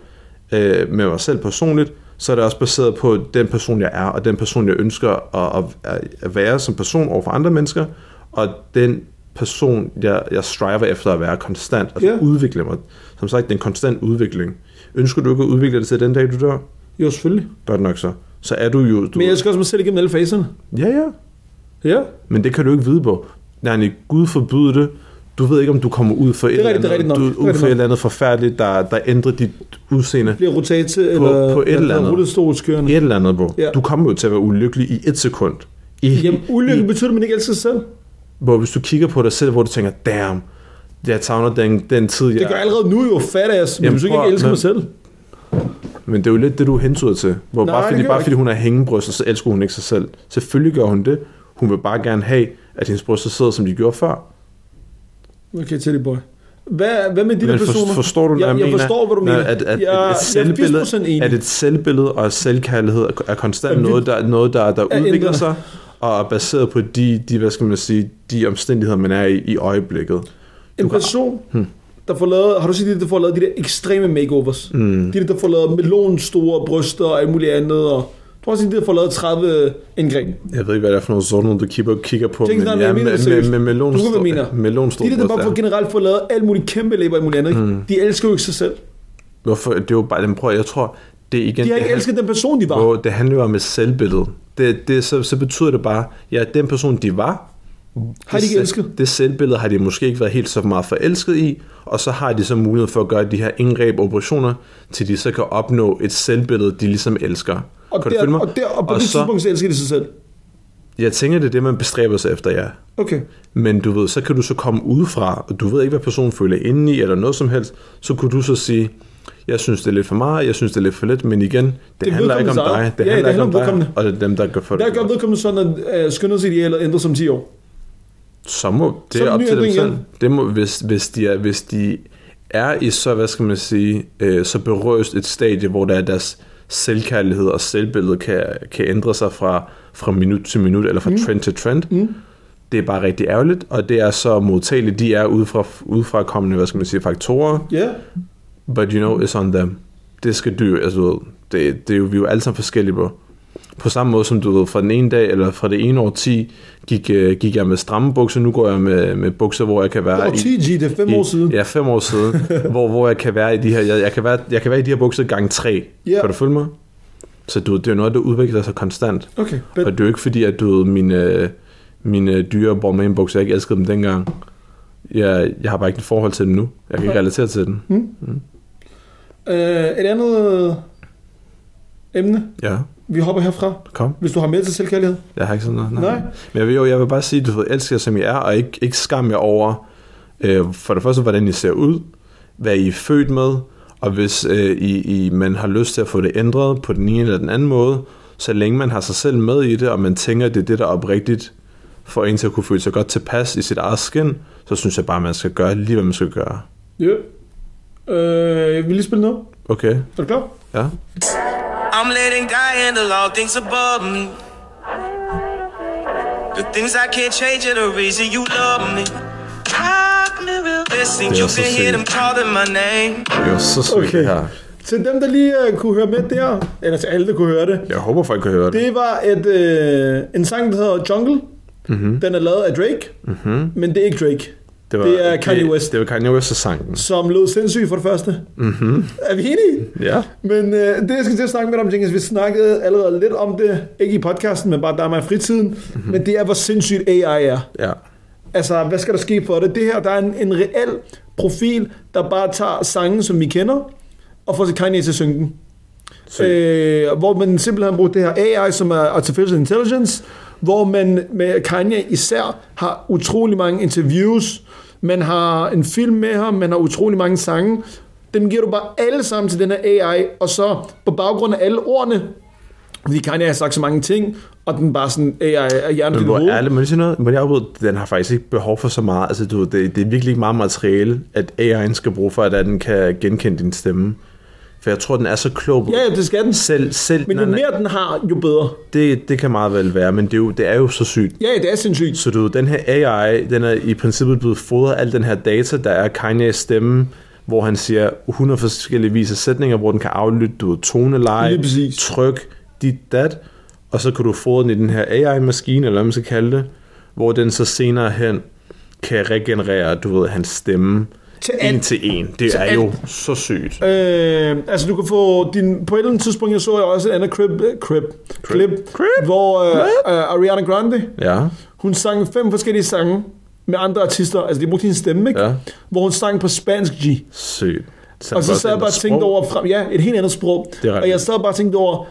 B: øh, med mig selv personligt, så er det også baseret på den person, jeg er, og den person, jeg ønsker at, at, at være som person over for andre mennesker, og den person, jeg, jeg striver efter at være konstant, altså
A: Ja.
B: yeah. udvikle mig. Som sagt, det er en konstant udvikling. Ønsker du ikke at udvikle dig til den dag, du dør?
A: Jo, selvfølgelig.
B: Godt nok så. Så er du jo... Du,
A: Men jeg elsker også mig selv igennem alle faserne.
B: Ja, ja.
A: Ja.
B: Men det kan du ikke vide på. Nej, Gud forbyde det. Du ved ikke, om du kommer ud for et,
A: rigtigt,
B: eller,
A: det er
B: andet,
A: rigtigt nok. Det
B: du,
A: er
B: ud
A: rigtigt
B: for
A: nok.
B: et eller andet forfærdeligt, der, der ændrer dit udseende.
A: Bliver rotatet eller,
B: på et eller andet.
A: rullestolskørende.
B: Et eller andet, bro. Ja.
A: Ja.
B: Du kommer jo til at være ulykkelig i et sekund. I,
A: Jamen, ulykke betyder, at man ikke elsker sig selv.
B: Hvor hvis du kigger på dig selv, hvor du tænker, damn, jeg savner den, den tid, jeg...
A: Det gør jeg allerede nu jo, fat ass. Men
B: Jamen,
A: hvis du ikke
B: prøv at-
A: elsker
B: men-
A: mig selv.
B: Men det er jo lidt det, du hentyder til. Hvor
A: Nej,
B: bare
A: det
B: fordi,
A: gør
B: bare
A: jeg
B: fordi hun er hængebryster, så elsker hun ikke sig selv. Selvfølgelig gør hun det. Hun vil bare gerne have, at hendes bryster sidder, som de gjorde før.
A: Okay, Teddy Boy. Hvad, hvad med de der
B: Men for,
A: personer?
B: forstår du, hvad
A: jeg,
B: jeg,
A: jeg
B: mener?
A: forstår, hvad du
B: Når
A: mener.
B: At, at,
A: jeg,
B: at, et
A: jeg
B: selvbillede,
A: er 80% enig.
B: at et selvbillede og selvkærlighed er- er konstant
A: Jamen, vi-
B: noget, der, noget der, der
A: ændrer
B: udvikler
A: det.
B: sig, og er baseret på de, de, hvad skal man sige, de omstændigheder, man er i i øjeblikket.
A: En
B: kan- Hmm.
A: person, der får lavet, har du set de, der får lavet de der ekstreme makeovers?
B: Hmm.
A: Mm. De der, der får lavet melonstore bryster og alt muligt andet. Og, du har også set de, der får lavet 30 indgreb.
B: Jeg ved ikke, hvad det er for noget sådan, du kigger, kigger på,
A: Tænk sådan, jeg
B: med,
A: mener det
B: med,
A: seriøst.
B: med, med
A: Du ved, hvad jeg mener.
B: melonstort
A: De der, der bare får generelt får lavet alt muligt kæmpe læber og alt muligt andet. ikke?
B: Hmm.
A: De elsker jo ikke sig selv.
B: Hvorfor? Det er jo bare, den prøver, jeg tror, det er igen...
A: De har ikke
B: det-
A: elsket den person, de var.
B: Hvor det handler jo om et selvbillede. Det, det, så, så betyder det bare, ja, den person, de var,
A: Har de
B: det
A: ikke
B: se-
A: elsket?
B: Det selvbillede har de måske ikke været helt så meget forelsket i, og så har de så mulighed for at gøre de her indgreb og operationer, til de så kan opnå et selvbillede, de ligesom elsker.
A: Og,
B: kan du følge
A: der,
B: mig?
A: og, der, og på
B: og
A: det
B: så,
A: tidspunkt, så elsker de sig selv.
B: jeg tænker, det er det, man bestræber sig efter, ja.
A: Okay.
B: Men du ved, så kan du så komme udefra, og du ved ikke, hvad personen føler indeni, eller noget som helst, så kunne du så sige, jeg synes, det er lidt for meget, jeg synes, det er lidt for lidt, men igen, det,
A: er
B: handler ikke om
A: vedkommendes eget.
B: dig, det
A: Ja,
B: handler
A: det
B: ikke om
A: handler om
B: dig, og det er dem, der gør for
A: Der
B: det.
A: gør vedkommende sådan, at øh, skønhedsidealet ændres om 10 år.
B: Så må det
A: Så er
B: er
A: det
B: op
A: ny
B: til dem
A: ændring
B: selv.
A: igen.
B: Det må, hvis, hvis, de er, hvis de er i så, hvad skal man sige, øh, så berøst et stadie, hvor der er deres selvkærlighed og selvbillede kan, kan ændre sig fra, fra minut til minut, eller fra mm. trend til trend. Mm. Det er bare rigtig ærgerligt, og det er så modtageligt, de er udefra, udefra kommende, hvad skal man sige, faktorer.
A: Ja.
B: But you know, it's on them. Det skal du jo, altså, du ved, det, det er jo, vi er jo alle sammen forskellige på. På samme måde som du ved, fra den ene dag, eller fra det ene år 10, gik, øh, gik jeg med stramme bukser, nu går jeg med, med bukser, hvor jeg kan være
A: Og 10G, det er 5
B: i,
A: år siden.
B: Ja, fem år siden, hvor, hvor jeg kan være i de her, jeg, jeg, kan være, jeg kan være i de her bukser gang tre.
A: Ja.
B: Kan du følge mig? Så du, ved, det er jo noget, der udvikler sig konstant.
A: Okay.
B: Og
A: But,
B: det er jo ikke fordi, at du ved, mine, mine dyre Bormann bukser, jeg ikke elskede dem dengang. Jeg, jeg har bare ikke et forhold til dem nu. Jeg kan ikke relatere til dem.
A: øh, et andet øh, emne,
B: Ja,
A: vi hopper herfra.
B: kom.
A: Hvis du har mere til selvkærlighed.
B: Jeg har ikke sådan noget. Nej.
A: Nej.
B: Men jeg vil, jo, jeg vil bare sige, at du ved, elsker jer, som I er, og ikke, ikke skam jer over, øh, for det første, hvordan I ser ud, hvad I er født med, og hvis øh, I, I, man har lyst til at få det ændret på den ene eller den anden måde, så længe man har sig selv med i det, og man tænker, at det er det, der er oprigtigt for en til at kunne føle sig godt tilpas i sit eget skin, så synes jeg bare, at man skal gøre lige, hvad man skal gøre.
A: Ja. Øh, jeg vil lige spille noget.
B: Okay?
A: Er du klar?
B: Ja?
C: I'm letting God handle all things above me. The things I can't change are the reason you love me. I'm the real best thing
B: Det er
C: you
B: så
C: can hear
B: sygt.
C: them calling my name.
B: Det var så sweet okay.
A: Okay.
B: det her.
A: Til dem, der lige øh, kunne høre med der, eller til alle, der kunne høre det.
B: Jeg håber, folk kan høre det.
A: Det var et, øh, en sang, der hedder Jungle. Mm-hmm. Den er lavet af Drake, mm-hmm. men det er ikke Drake, det er Kanye West.
B: Det, det var Kanye West og sangen.
A: som lød sindssyg for det første. Mm-hmm. Er vi enige?
B: Ja.
A: Men øh, det, jeg skal til at snakke med dig om, Jenkins, vi snakkede allerede lidt om det, ikke i podcasten, men bare der er mig i fritiden, mm-hmm. men det er, hvor sindssygt AI er.
B: Ja.
A: Altså, hvad skal der ske for det? Det her, der er en, en reel profil, der bare tager sange, som vi kender, og får sit Kanye til at synge dem. Øh, hvor man simpelthen bruger det her AI, som er Artificial Intelligence, hvor man med Kanye især har utrolig mange interviews, man har en film med ham, man har utrolig mange sange, Dem giver du bare alle sammen til den her AI, og så på baggrund af alle ordene, fordi Kanye har sagt så mange ting, og den bare sådan, AI er hjernen
B: Men
A: i
B: hvor
A: hovedet.
B: ærligt, men sådan noget, men jeg ved, den har faktisk ikke behov for så meget. Altså, du, ved, det, det er virkelig ikke meget materiale, at AI'en skal bruge for, at den kan genkende din stemme. For jeg tror, den er så klog på
A: Ja, ja, det skal den.
B: selv, selv
A: Men jo
B: den er-
A: mere den har, jo bedre.
B: det, det kan meget vel være, men det er jo, det er jo så sygt.
A: Ja, det er sindssygt.
B: Så du, ved, den her AI, den er i princippet blevet fodret af al den her data, der er Kanye's stemme, hvor han siger 100 forskellige vis af sætninger, hvor den kan aflytte du, ved, toneleje,
A: Lige præcis.
B: tryk, dit, dat, og så kan du fodre den i den her AI-maskine, eller hvad man skal kalde det, hvor den så senere hen kan regenerere, du ved, hans stemme
A: Til
B: en
A: alt.
B: til en. Det er
A: alt.
B: jo så sygt.
A: Øh, altså du kan få din, på et eller andet tidspunkt, jeg så jeg også et andet crib, crib, klip,
B: Crip.
A: hvor øh, øh, Ariana Grande,
B: Ja,
A: hun sang fem forskellige sange med andre artister, altså de brugte hendes stemme, ikke?
B: Ja.
A: hvor hun sang på spansk G.
B: sygt. Så
A: Og så sad jeg bare og tænkte over, frem, ja, et helt andet sprog.
B: Det er
A: og jeg
B: rigtigt.
A: sad bare og tænkte over,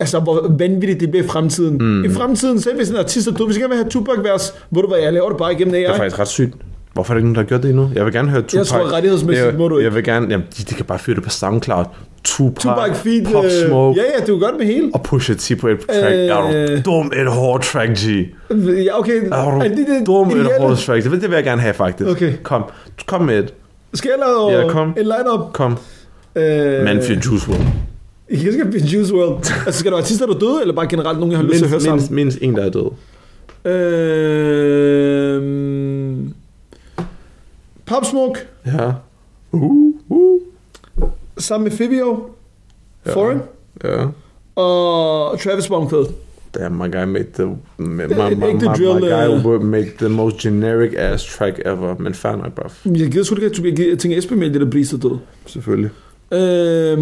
A: altså hvor vanvittigt det bliver i fremtiden. Mm. I fremtiden, selv hvis en artist er død, hvis jeg gerne vil have Tupac-vers, ved du hvad, jeg laver det bare igennem AI.
B: Det er faktisk ret sygt. Hvorfor er der ikke nogen, der har gjort det endnu? Jeg vil gerne høre Tupac.
A: tror, rettighedsmæssigt
B: jeg,
A: må du ikke.
B: Jeg vil gerne... Jamen, de, de kan bare fyre det på SoundCloud. Tupac,
A: Tupac feed, øh,
B: Pop Smoke
A: ja, ja, det er jo godt med hele.
B: og Pusha T på et track.
A: Øh.
B: Er du dum et hårdt track, G?
A: Ja, okay.
B: Er du
A: det det
B: dum et
A: ideelle?
B: hårdt track? Det, vil- det vil jeg gerne have, faktisk.
A: Okay.
B: Kom, kom med et.
A: Skal jeg lave
B: Ja, kom.
A: en line-up?
B: Kom.
A: Øh,
B: Man fyr Juice WRLD.
A: Jeg skal blive Juice WRLD. Altså, skal der være artister, der er døde, eller bare generelt nogen, jeg har lyst til at høre
B: Mindst, mindst,
A: sammen?
B: mindst en, der er død.
A: Øh, Pop Smoke,
B: Ja. Uh, uh.
A: sammen med Fibio, ja. Foreign
B: Ja.
A: og Travis Bonkfeld.
B: Damn, my guy made the... My, my, my,
A: Ikke det
B: my,
A: drill,
B: my guy
A: øh.
B: would make the most generic ass track ever. Men fair nok, bruv.
A: Jeg gider sgu ikke, at jeg gider- jeg tænker, at Esben med det der Breeze er død.
B: Selvfølgelig.
A: Øh,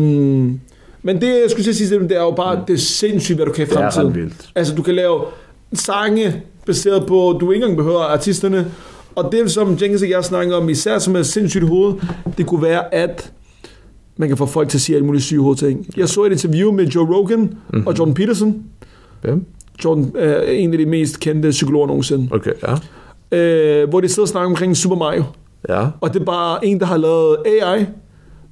A: men det, jeg skulle til at sige, Steffen, det er jo bare, det er sindssygt, hvad du kan i
B: Mm. Det er
A: fremtiden.
B: ret vildt.
A: Altså, du kan lave sange baseret på, du ikke engang behøver artisterne. Og det, som Jenkins og jeg snakker om, især som er sindssygt i hovedet, det kunne være, at man kan få folk til at sige alle mulige syge hovedting. Jeg så et interview med Joe Rogan mm-hmm.
B: Mhm.
A: og Jordan Peterson.
B: Hvem?
A: Jordan er en af de mest kendte psykologer nogensinde.
B: Okay, ja.
A: Øh, hvor de sidder og snakker omkring Super Mario.
B: Ja.
A: Og det er bare en, der har lavet AI,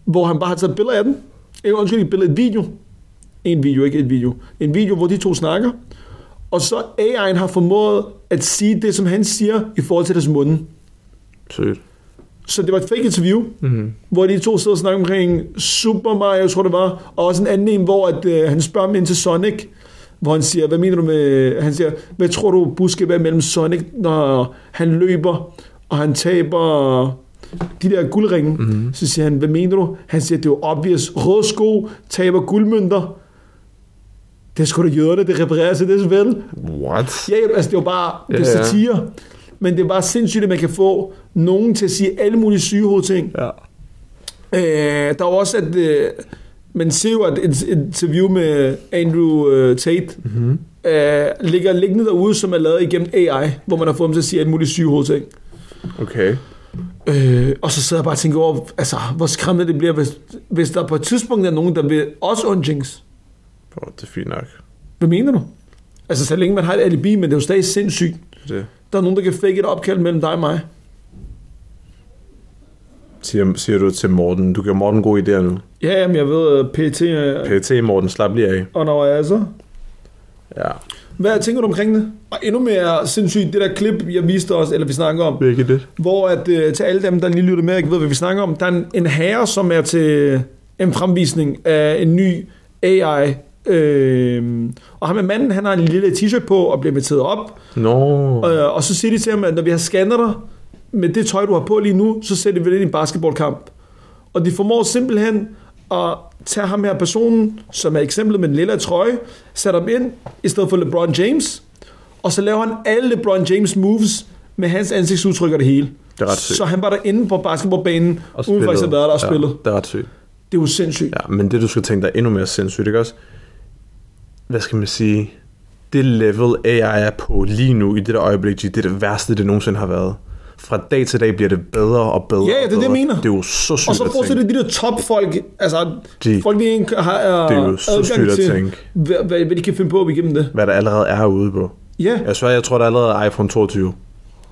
A: hvor han bare har taget billeder af den. Ikke, undskyld, ikke billeder, et video. En video, ikke et video. En video, hvor de to snakker. Og så AI'en har formået at sige det, som han siger, i forhold til deres munde.
B: Sygt.
A: Så det var et fake interview, mm-hmm. hvor de to sidder og snakker omkring Super Mario, tror det var, og også en anden en, hvor at, øh, han spørger mig ind til Sonic, hvor han siger, hvad mener du med, han siger, hvad tror du budskabet er mellem Sonic, når han løber, og han taber de der guldringe. Mm-hmm. Så siger han, hvad mener du? Han siger, det er jo obvious, røde sko taber guldmønter. Det er sgu da jøderne, det refererer til det, vel?
B: What?
A: Ja, ja, altså det er jo bare det er
B: Ja, ja.
A: satire. Men det er bare sindssygt, at man kan få nogen til at sige alle mulige sygehovedting.
B: Ja.
A: Øh, der er jo også, at øh, man ser jo, at et, et interview med Andrew øh, Tate
B: Mhm.
A: mm-hmm. øh, ligger liggende derude, som er lavet igennem AI, hvor man har fået dem til at sige alle mulige sygehovedting.
B: Okay.
A: Øh, og så sidder jeg bare og tænker over, altså, hvor skræmmende det bliver, hvis, hvis der på et tidspunkt er nogen, der vil også undjinks.
B: Bro, det er fint nok.
A: Hvad mener du? Altså, så længe man har et alibi, men det er jo stadig sindssygt.
B: Det.
A: Der er nogen, der kan fake et opkald mellem dig og mig.
B: Siger, siger du til Morten, du giver Morten gode idéer nu.
A: Ja, jamen jeg ved, øh, PT øh,
B: PT Morten, slap lige af.
A: og når jeg er så.
B: Ja.
A: Hvad tænker du omkring det? Og endnu mere sindssygt, det der klip, jeg viste os, eller vi snakker om,
B: Virkelig det.
A: hvor at, øh, til alle dem, der lige lytter med, og ikke ved, hvad vi snakker om, der er en, en herre, som er til øh, en fremvisning af en ny AI. Øh, og ham med manden, han har en lille t-shirt på og bliver inviteret op,
B: Nå. No.
A: Øh, og så siger de til ham, at når vi har scanner dig med det tøj, du har på lige nu, så sætter vi det ind i en basketballkamp. Og de formår simpelthen at tage ham her personen, som er eksemplet med den lille trøje, sætter ham ind i stedet for LeBron James, og så laver han alle LeBron James moves med hans ansigtsudtryk og det hele.
B: Det er ret sygt.
A: så han var derinde på basketballbanen, uden faktisk at have været der og spillet.
B: Ja, det er ret sygt.
A: Det er jo sindssygt.
B: Ja, men det du skal tænke dig er endnu mere sindssygt, ikke også? Hvad skal man sige? Det level AI er på lige nu i det der øjeblik, G, det er det værste, det nogensinde har været. Fra dag til dag bliver det bedre og bedre
A: Ja, ja, det er det,
B: og bedre.
A: jeg mener.
B: Det er jo så sygt
A: Og så
B: at
A: fortsætter de der topfolk, altså
B: De-
A: folk, vi ikke har er,
B: Det er jo så sygt at tænke.
A: hvad, hvad, hvad de kan finde på igennem det.
B: hvad der allerede er herude på.
A: Ja,
B: Jeg svær, jeg tror, der allerede er iPhone 22.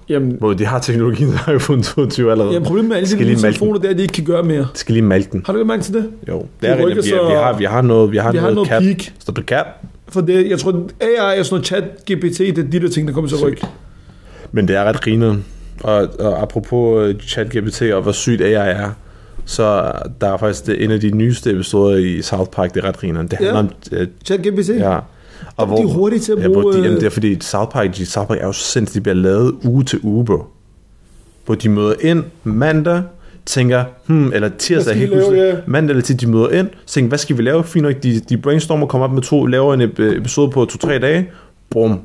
A: Jamen,
B: Hvor de har teknologien til iPhone 22 allerede.
A: jamen problemet med alle de
B: Skal lige
A: nye
B: malke den.
A: telefoner, det er, at de ikke kan gøre mere.
B: Skal lige malke den.
A: Har du ikke mærke til det?
B: Jo, det er
A: rykker
B: rigtigt. Vi, er-
A: så-
B: vi, har, vi har noget, vi har
A: Vi har
B: noget,
A: noget
B: cap.
A: peak.
B: Stop det cap.
A: For det, jeg tror, AI og sådan noget chat, GPT, det er de der ting, der kommer til at rykke.
B: Men det er ret grineren. Og, og apropos øh, ChatGPT og hvor sygt AI er, så der er faktisk det, en af de nyeste episoder i South Park, det er ret grineren. Det
A: Ja.
B: handler om øh,
A: Chat GPT?
B: Ja. Og
A: de er hurtige til at
B: ja, hvor
A: bruge,
B: De,
A: øh,
B: jamen, det er fordi South Park, de, South Park er jo så sindssygt, de bliver lavet uge til uge, bro. Hvor de møder ind mandag, tænker, hmm, eller tirsdag,
A: skal
B: jeg
A: vi
B: kan ikke
A: lave,
B: huske det.
A: ja?
B: mandag eller tirsdag, de møder ind, tænker, hvad skal vi lave? Fint nok, de, de brainstormer, kommer op med to, laver en ep- episode på to-tre dage, bum.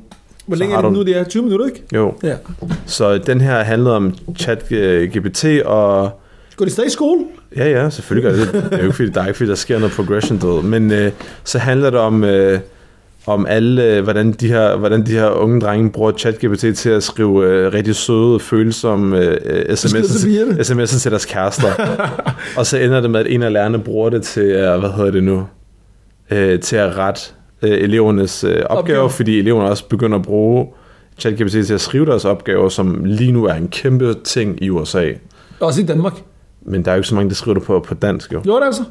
A: Hvor
B: Så
A: længe er
B: har
A: det
B: du
A: nu, det er? 20 minutter, ikke?
B: Jo,
A: Ja.
B: så den her handlede om chat øh, GPT, og
A: Går de stadig i skole?
B: Ja, ja, selvfølgelig gør det. det. Det er jo ikke fordi, der er ikke fordi, der sker noget progression, du ved. Men øh, så handler det om, øh, om alle, øh, hvordan, de her, hvordan de her unge drenge bruger ChatGPT til at skrive øh, rigtig søde, følsomme øh, øh, sms'er,
A: til pigerne.
B: til, sms'er til deres kærester. og så ender det med, at en af lærerne bruger det til, øh, hvad hedder det nu, øh, til at rette øh, elevernes øh, opgaver,
A: Opgaver.
B: opgaver, fordi eleverne også begynder at bruge ChatGPT til at skrive deres opgaver, som lige nu er en kæmpe ting i USA.
A: Også i Danmark.
B: Men der er jo ikke så mange, der skriver det på, på dansk, jo.
A: Jo, det er altså.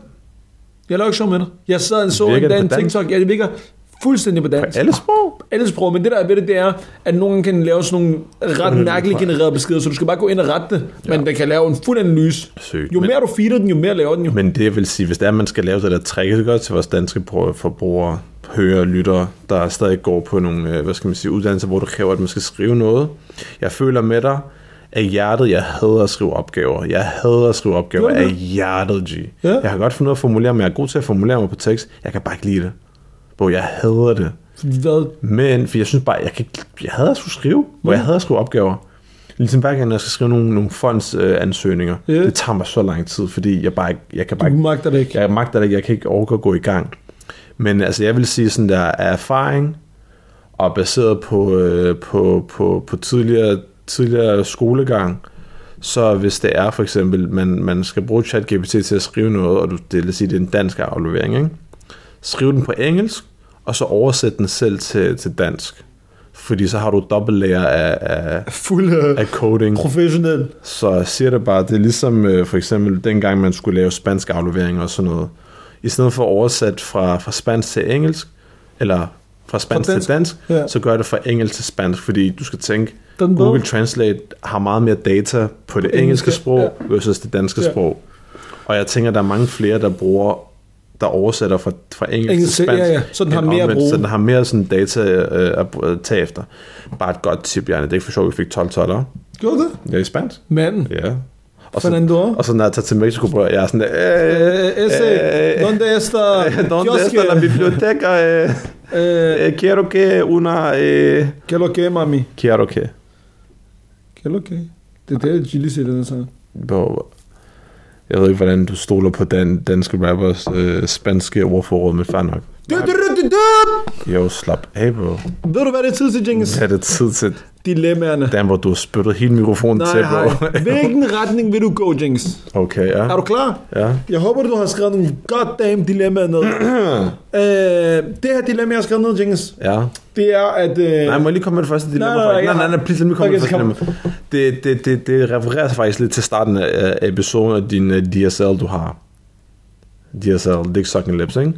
A: Jeg laver ikke sjov med dig. Jeg sad og så
B: Virker
A: en
B: det
A: dag
B: på
A: en
B: dansk?
A: TikTok. Ja, det virker fuldstændig på dansk.
B: Alle sprog?
A: Alle sprog, men det der er ved det, det er, at nogen kan lave sådan nogle ret mærkeligt genererede beskeder, så du skal bare gå ind og rette det, men den kan lave en fuld analyse.
B: Sygt,
A: Jo
B: men-
A: mere du feeder den, jo mere laver den jo.
B: Men det jeg vil sige, hvis det er, at man skal lave det der trick, det gør til vores danske pro- forbrugere, hører, lyttere, der stadig går på nogle, øh, hvad skal man sige, uddannelser, hvor du kræver, at man skal skrive noget. Jeg føler med dig, af hjertet, jeg hader at skrive opgaver. Jeg hader at skrive opgaver
A: Gør du
B: af
A: det?
B: hjertet, G.
A: Ja.
B: Jeg har godt fundet ud af at formulere mig, jeg er god til at formulere mig på tekst. Jeg kan bare ikke lide det. Hvor jeg hader det.
A: Hvad?
B: Men, for jeg synes bare, jeg, kan, ikke- jeg hader at skulle skrive, hvor jeg hader at skrive opgaver. Ligesom hver gang, når jeg skal skrive nogle, nogle fondsansøgninger, øh, ansøgninger,
A: Ja.
B: det tager mig så lang tid, fordi jeg bare ikke, jeg kan bare
A: Du
B: ikke,
A: magter det ikke.
B: jeg magter det ikke, jeg kan ikke overgå at gå i gang. Men altså, jeg vil sige sådan der, af erfaring, og baseret på, øh, på, på, på tidligere, tidligere skolegang, så hvis det er for eksempel, man, man skal bruge ChatGPT til at skrive noget, og du, det vil sige, det er en dansk aflevering, ikke? skriv den på engelsk, og så oversæt den selv til, til dansk. Fordi så har du dobbelt layer af, af,
A: Fuld øh,
B: af coding.
A: professionel.
B: Så siger det bare, det er ligesom øh, for eksempel dengang, man skulle lave spansk aflevering og sådan noget. I stedet for oversat fra, fra spansk til engelsk, eller fra spansk
A: dansk,
B: til dansk,
A: ja.
B: ja. så gør det fra engelsk til spansk, fordi du skal tænke,
A: Den ved.
B: Google Translate har meget mere data på det
A: engelske,
B: engelske sprog
A: ja.
B: versus det danske
A: Ja.
B: sprog. Og jeg tænker, der er mange flere, der bruger der oversætter fra, fra engelsk,
A: Engelsk til-
B: til spansk.
A: ja, ja. Så den har
B: end
A: mere at
B: omvendt,
A: bruge.
B: Så den har mere sådan data øh, at øh, tage efter. Bare et godt tip, Bjarne. Det er ikke for sjovt, at vi fik 12 toller.
A: Gjorde det?
B: Ja, i spansk.
A: Manden.
B: Ja. Og
A: Fernando.
B: så, og så når jeg tager til Mexico, bror, jeg er sådan der,
A: Øh,
B: øh,
A: ese, donde esta
B: ¿Dónde
A: kioske?
B: está la biblioteca? Eh,
A: Øh,
B: eh, quiero que una... Eh,
A: Que lo que, mami?
B: quiero que...
A: Que lo que? Det er det, Gilly siger i den her sang.
B: Bro, Jeg ved ikke, hvordan du stoler på den danske rappers øh, spanske ordforråd, men fair nok.
A: Du, du, du, du, du!
B: Jo, slap af, bro.
A: Ved du, hvad det er tid til, Jenkins?
B: Hvad er det tid til?
A: Dilemmaerne.
B: Dan, hvor du har spyttet hele mikrofonen
A: Nej,
B: til,
A: hej.
B: bro.
A: Hvilken retning vil du gå, Jenkins?
B: Okay, ja.
A: Er du klar?
B: Ja.
A: Jeg håber, du har skrevet nogle goddamn dilemmaer ned. øh, det her dilemma, jeg har skrevet ned, Jenkins,
B: Ja.
A: det er, at... Øh,
B: Nej, må jeg lige komme med det første dilemma?
A: nej,
B: Nej, nej,
A: jeg
B: nej,
A: har-
B: nej, nej, please, lad mig komme
A: Okay,
B: med det
A: så kom.
B: første dilemma. Det, det, det, det refererer sig faktisk lidt til starten af af episoden af din øh, DSL, du har. DSL, Dick Sucking Lips, ikke?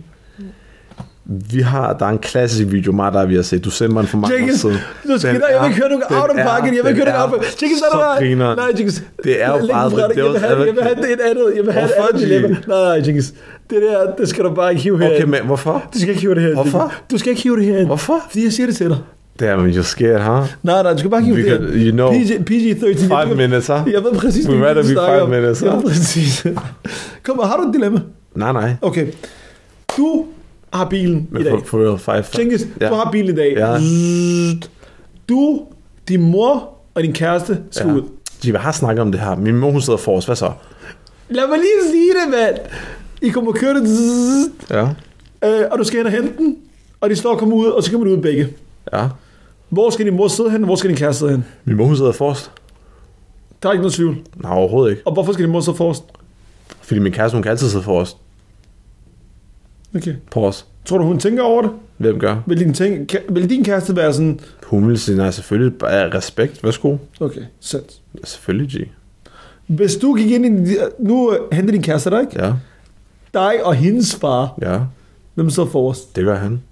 B: Vi har, der er en klassisk video, mig og dig, vi har set. Du sendte mig den for mange år
A: Jenkins,
B: siden.
A: du skal
B: Den
A: der, jeg vil
B: er-
A: ikke høre nogen
B: den
A: out of
B: er-
A: pocket, jeg vil ikke
B: den
A: høre nogen out
B: er
A: of pocket. Jenkins, er
B: så
A: der
B: grineren.
A: Nej, Jenkins.
B: Det er jo
A: Læg den
B: bare-
A: fra dig. Jeg vil have, jeg vil have det et andet, jeg vil have et
B: Hvorfor,
A: andet dilemma.
B: Jenkins?
A: Nej, nej, Jenkins, det der, det skal du bare ikke hive her.
B: Okay, men hvorfor?
A: Du skal ikke hive det her.
B: Hvorfor?
A: Jenkins. Du skal ikke hive det her.
B: Hvorfor?
A: Fordi jeg siger det til dig.
B: Damn, you're scared, huh?
A: Nej, nej, du skal bare hive det
B: Because,
A: her.
B: you know,
A: PG, PG-13.
B: Five minutes, huh?
A: Jeg ved præcis,
B: We'd rather
A: du
B: be
A: snakker
B: five
A: om.
B: minutes,
A: Jeg ved
B: huh?
A: præcis. Kom, har du et dilemma?
B: Nej, nej.
A: Okay. Du har bilen i
B: Men
A: dag.
B: for, for real, five.
A: Jenkins,
B: Ja.
A: du har bilen i dag.
B: Ja.
A: Zzt. Du, din mor og din kæreste skal
B: Ja.
A: ud.
B: Gee, Jeg har snakket om det her. Min mor, hun sidder for os. Hvad så?
A: Lad mig lige sige det, mand. I kommer kørende, zzt,
B: Ja.
A: øh, og du skal hen og hente den. Og de står og kommer ud, og så kommer du ud begge.
B: Ja.
A: Hvor skal din mor sidde hen, og hvor skal din kæreste sidde hen?
B: Min mor, hun sidder forrest.
A: Der er ikke noget tvivl.
B: Nej, overhovedet ikke.
A: Og hvorfor skal din mor sidde forrest?
B: Fordi min kæreste, hun kan altid sidde forrest.
A: Okay.
B: På os.
A: Tror du, hun tænker over det?
B: Hvem gør?
A: Vil din, tænke, kan, vil din kæreste være sådan,
B: Hun vil sige, nej, selvfølgelig. Bare respekt. Værsgo.
A: okay, sæt.
B: Selvfølgelig, G.
A: Hvis du gik ind i, de- nu øh, henter din kæreste dig, ikke?
B: Ja,
A: Dig og hendes far,
B: ja.
A: hvem sidder forrest?
B: Det gør han.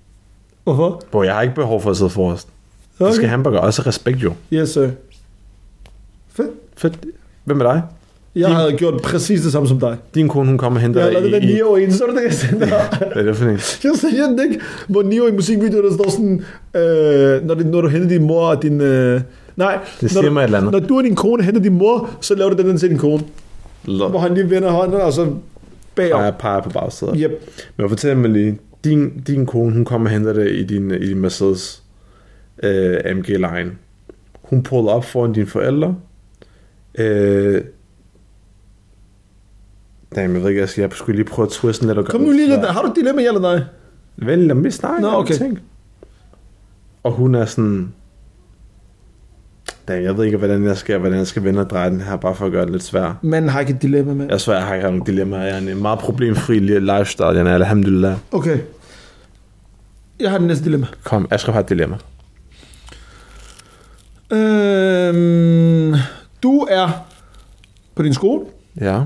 A: Hvorfor?
B: Bro, jeg har ikke behov for at sidde forrest. Okay. Det skal han bare gøre. Også respekt, jo.
A: Yes, sir. Fedt.
B: Fedt. Hvem er dig?
A: Jeg
B: Din-
A: havde gjort præcis det samme som dig.
B: Din kone, hun kommer og henter
A: Jeg
B: dig
A: lavede den
B: i...
A: der
B: i...
A: Nio en, så er det det, jeg sendte dig.
B: Hvad er det for en?
A: Jeg ser den ikke, hvor Nio i musikvideoen, der står sådan, øh, når, det, når du henter din mor og din... Øh, nej,
B: siger
A: når, du-
B: mig et eller andet.
A: når du og din kone henter din mor, så laver du den, den til din kone. Hvor
B: Lort.
A: han lige vender hånden, og så bagom.
B: Jeg peger på bagsædet.
A: Yep.
B: Men fortæl mig lige, din, din kone, hun kommer og henter dig i din, i din Mercedes øh, AMG Line. Hun puller op foran dine forældre. Øh, Damn, jeg ved ikke, jeg, skal, jeg skulle lige prøve at twiste den lidt og gøre
A: Kom nu
B: den
A: lige lidt,
B: svær.
A: har du et dilemma, ja eller nej?
B: Vel, lad mig snakke.
A: Nå,
B: lad mig
A: okay.
B: tænke. Og hun er sådan... Damn, jeg ved ikke, hvordan jeg skal, hvordan jeg skal vende og dreje den her, bare for at gøre det lidt svært.
A: Manden har ikke et dilemma, mand.
B: Jeg svær, jeg har ikke haft nogen dilemmaer. Jeg er en meget problemfri lifestyle, jeg er alhamdulillah.
A: Okay. Jeg har det næste dilemma.
B: Kom, Ashraf har et dilemma.
A: Øhm, du er på din skole.
B: Ja.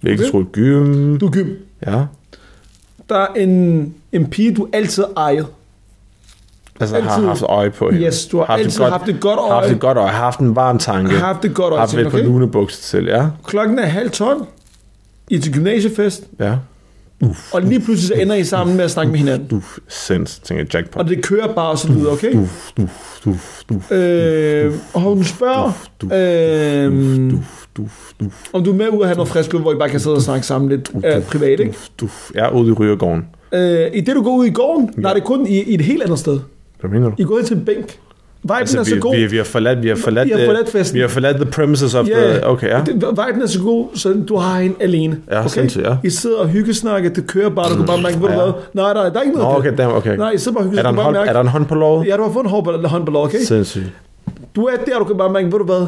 B: Hvilken
A: Okay.
B: okay. skole? Gym.
A: Du er gym.
B: Ja.
A: Der er en, en pige, du altid ejer.
B: Altså, altid. har
A: Altid.
B: haft øje på hende.
A: Yes, du har
B: et
A: altid haft et godt
B: Har haft
A: øje.
B: et godt øje. Har haft en varm tanke.
A: Har haft et godt øje
B: Har haft
A: til
B: lidt
A: hende,
B: på
A: okay?
B: lunebukser til, ja.
A: Klokken er halv tolv. I er til gymnasiefest.
B: Ja.
A: Og lige pludselig så ender I sammen med at snakke med hinanden.
B: Du sens, tænker jeg, jackpot.
A: Og det kører bare og så videre, okay?
B: Duf, duf, duf, duf,
A: Øh, og hun spørger, øh,
B: duf, duf, duf,
A: om du er med ud og have noget frisk ud, hvor I bare kan sidde og snakke sammen lidt øh, privat, ikke?
B: duf, duf. Jeg er ude i rygergården.
A: Øh, I det, du går ud i gården, ja. nej, det er kun i, i et helt andet sted.
B: Hvad mener du?
A: I er gået til en bænk. Viben altså, er så
B: vi,
A: god.
B: vi, vi, har forladt, vi har forladt,
A: I har
B: øh,
A: forladt festen.
B: Vi har forladt the premises of
A: Ja,
B: the... Øh, Okay, ja.
A: Det- Viben er så god, så du har hende alene.
B: Ja, sindssygt, ja.
A: I sidder og hyggesnakker, det kører bare, du kan bare mærke, hvor du
B: Ja.
A: hvad. Nej, nej, der er ikke
B: Nå,
A: noget. af det.
B: okay, damn, okay.
A: Nej, I sidder bare og
B: Er
A: hyggesnakker,
B: der, en
A: du kan
B: hånd,
A: bare
B: er der
A: mærke.
B: en hånd på lovet?
A: Ja, du har fået en håndbold, håndbold okay?
B: Sindssygt.
A: Du er der, du kan bare mærke, ved du hvad?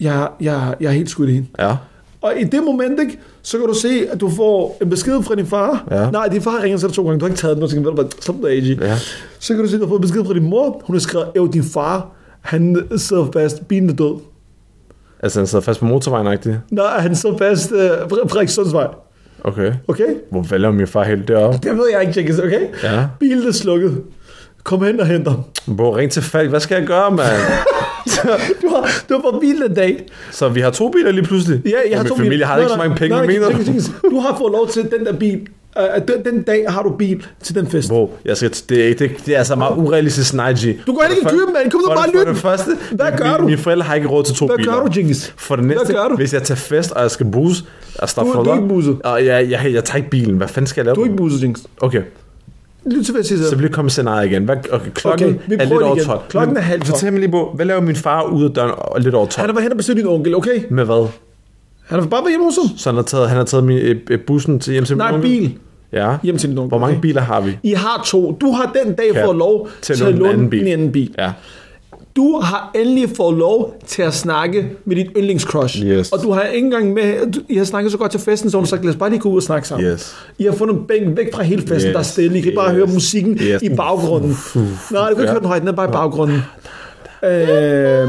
A: Jeg, jeg, jeg er helt skudt i hende.
B: Ja.
A: Og i det moment, ikke, så kan du se, at du får en besked fra din far.
B: Ja.
A: Nej, din far ringer til dig to gange. Du har ikke taget den, og tænker, ved du hvad, slap dig, AG.
B: Ja.
A: Så kan du se, at du har fået en besked fra din mor. Hun har skrevet, at din far, han sidder fast, bilen er død.
B: Altså, han sidder fast på motorvejen, ikke
A: Nej, han sidder fast øh, fra Frederikssundsvej.
B: Okay.
A: Okay?
B: Hvor vælger min far helt deroppe?
A: Det ved jeg ikke, Jenkins, okay?
B: Ja.
A: Bilen er slukket. Kom hen og hent ham.
B: Bro, ring til Falk. Hvad skal jeg gøre, mand?
A: Du har, du har fået bilen en dag.
B: så vi har to biler lige pludselig.
A: Ja, jeg
B: Og
A: har
B: min
A: to
B: familie
A: biler.
B: har ikke
A: Nej,
B: så mange
A: nej,
B: penge,
A: nej,
B: hvad mener du?
A: Jenkins, Jenkins, Du har fået lov til den der bil. Øh, den, den dag har du bil til den fest.
B: Bro, jeg skal, det, er, ikke- det, det er altså meget urealistisk scenario.
A: Du går ikke i gym, mand. Kom nu bare
B: lyt. For
A: lyt.
B: det første,
A: Hvad
B: min-
A: gør
B: min-
A: du?
B: Mine forældre har ikke råd til to
A: Hvad
B: biler.
A: gør du, Jenkins?
B: For det næste,
A: Hvad gør du?
B: hvis jeg tager fest, og jeg skal booze, og starte
A: Du- du er ikke busset.
B: Og jeg, jeg, jeg tager ikke bilen. Hvad fanden skal jeg lave?
A: Du er ikke busset, Jinx.
B: Okay,
A: Lyt til, hvad jeg siger. til
B: så
A: dig.
B: bliver kommet scenariet igen. Hvad, okay, klokken
A: Okay, vi
B: er
A: prøver
B: lidt
A: det
B: over
A: igen.
B: 12.
A: Klokken er halv tolv.
B: Fortæl mig lige, Bo, hvad laver min far ude af døren og lidt over 12?
A: Han har været hen og besøgt din onkel, okay?
B: Med hvad?
A: Han har bare været hjemme hos ham.
B: Så han har taget, han har taget min, øh, øh, bussen til hjem til min
A: Nej,
B: onkel?
A: bil.
B: Ja.
A: Hjem til din onkel,
B: Hvor mange
A: okay.
B: biler har vi?
A: I har to. Du har den dag
B: Kan-
A: fået lov
B: til at låne en anden bil.
A: en anden bil.
B: Ja.
A: Du har endelig fået lov til at snakke med dit yndlingscrush.
B: Yes.
A: Og du har ikke engang med... du- I har snakket så godt til festen, så hun har sagt, lad os bare lige gå ud og snakke sammen.
B: Yes.
A: I har fundet en bænk væk fra hele festen,
B: Yes,
A: yes. der er stille. I kan bare
B: yes,
A: høre musikken
B: yes.
A: yes. i baggrunden. Nej, du kan ikke
B: Ja.
A: høre den højt, den er bare i baggrunden. Øh,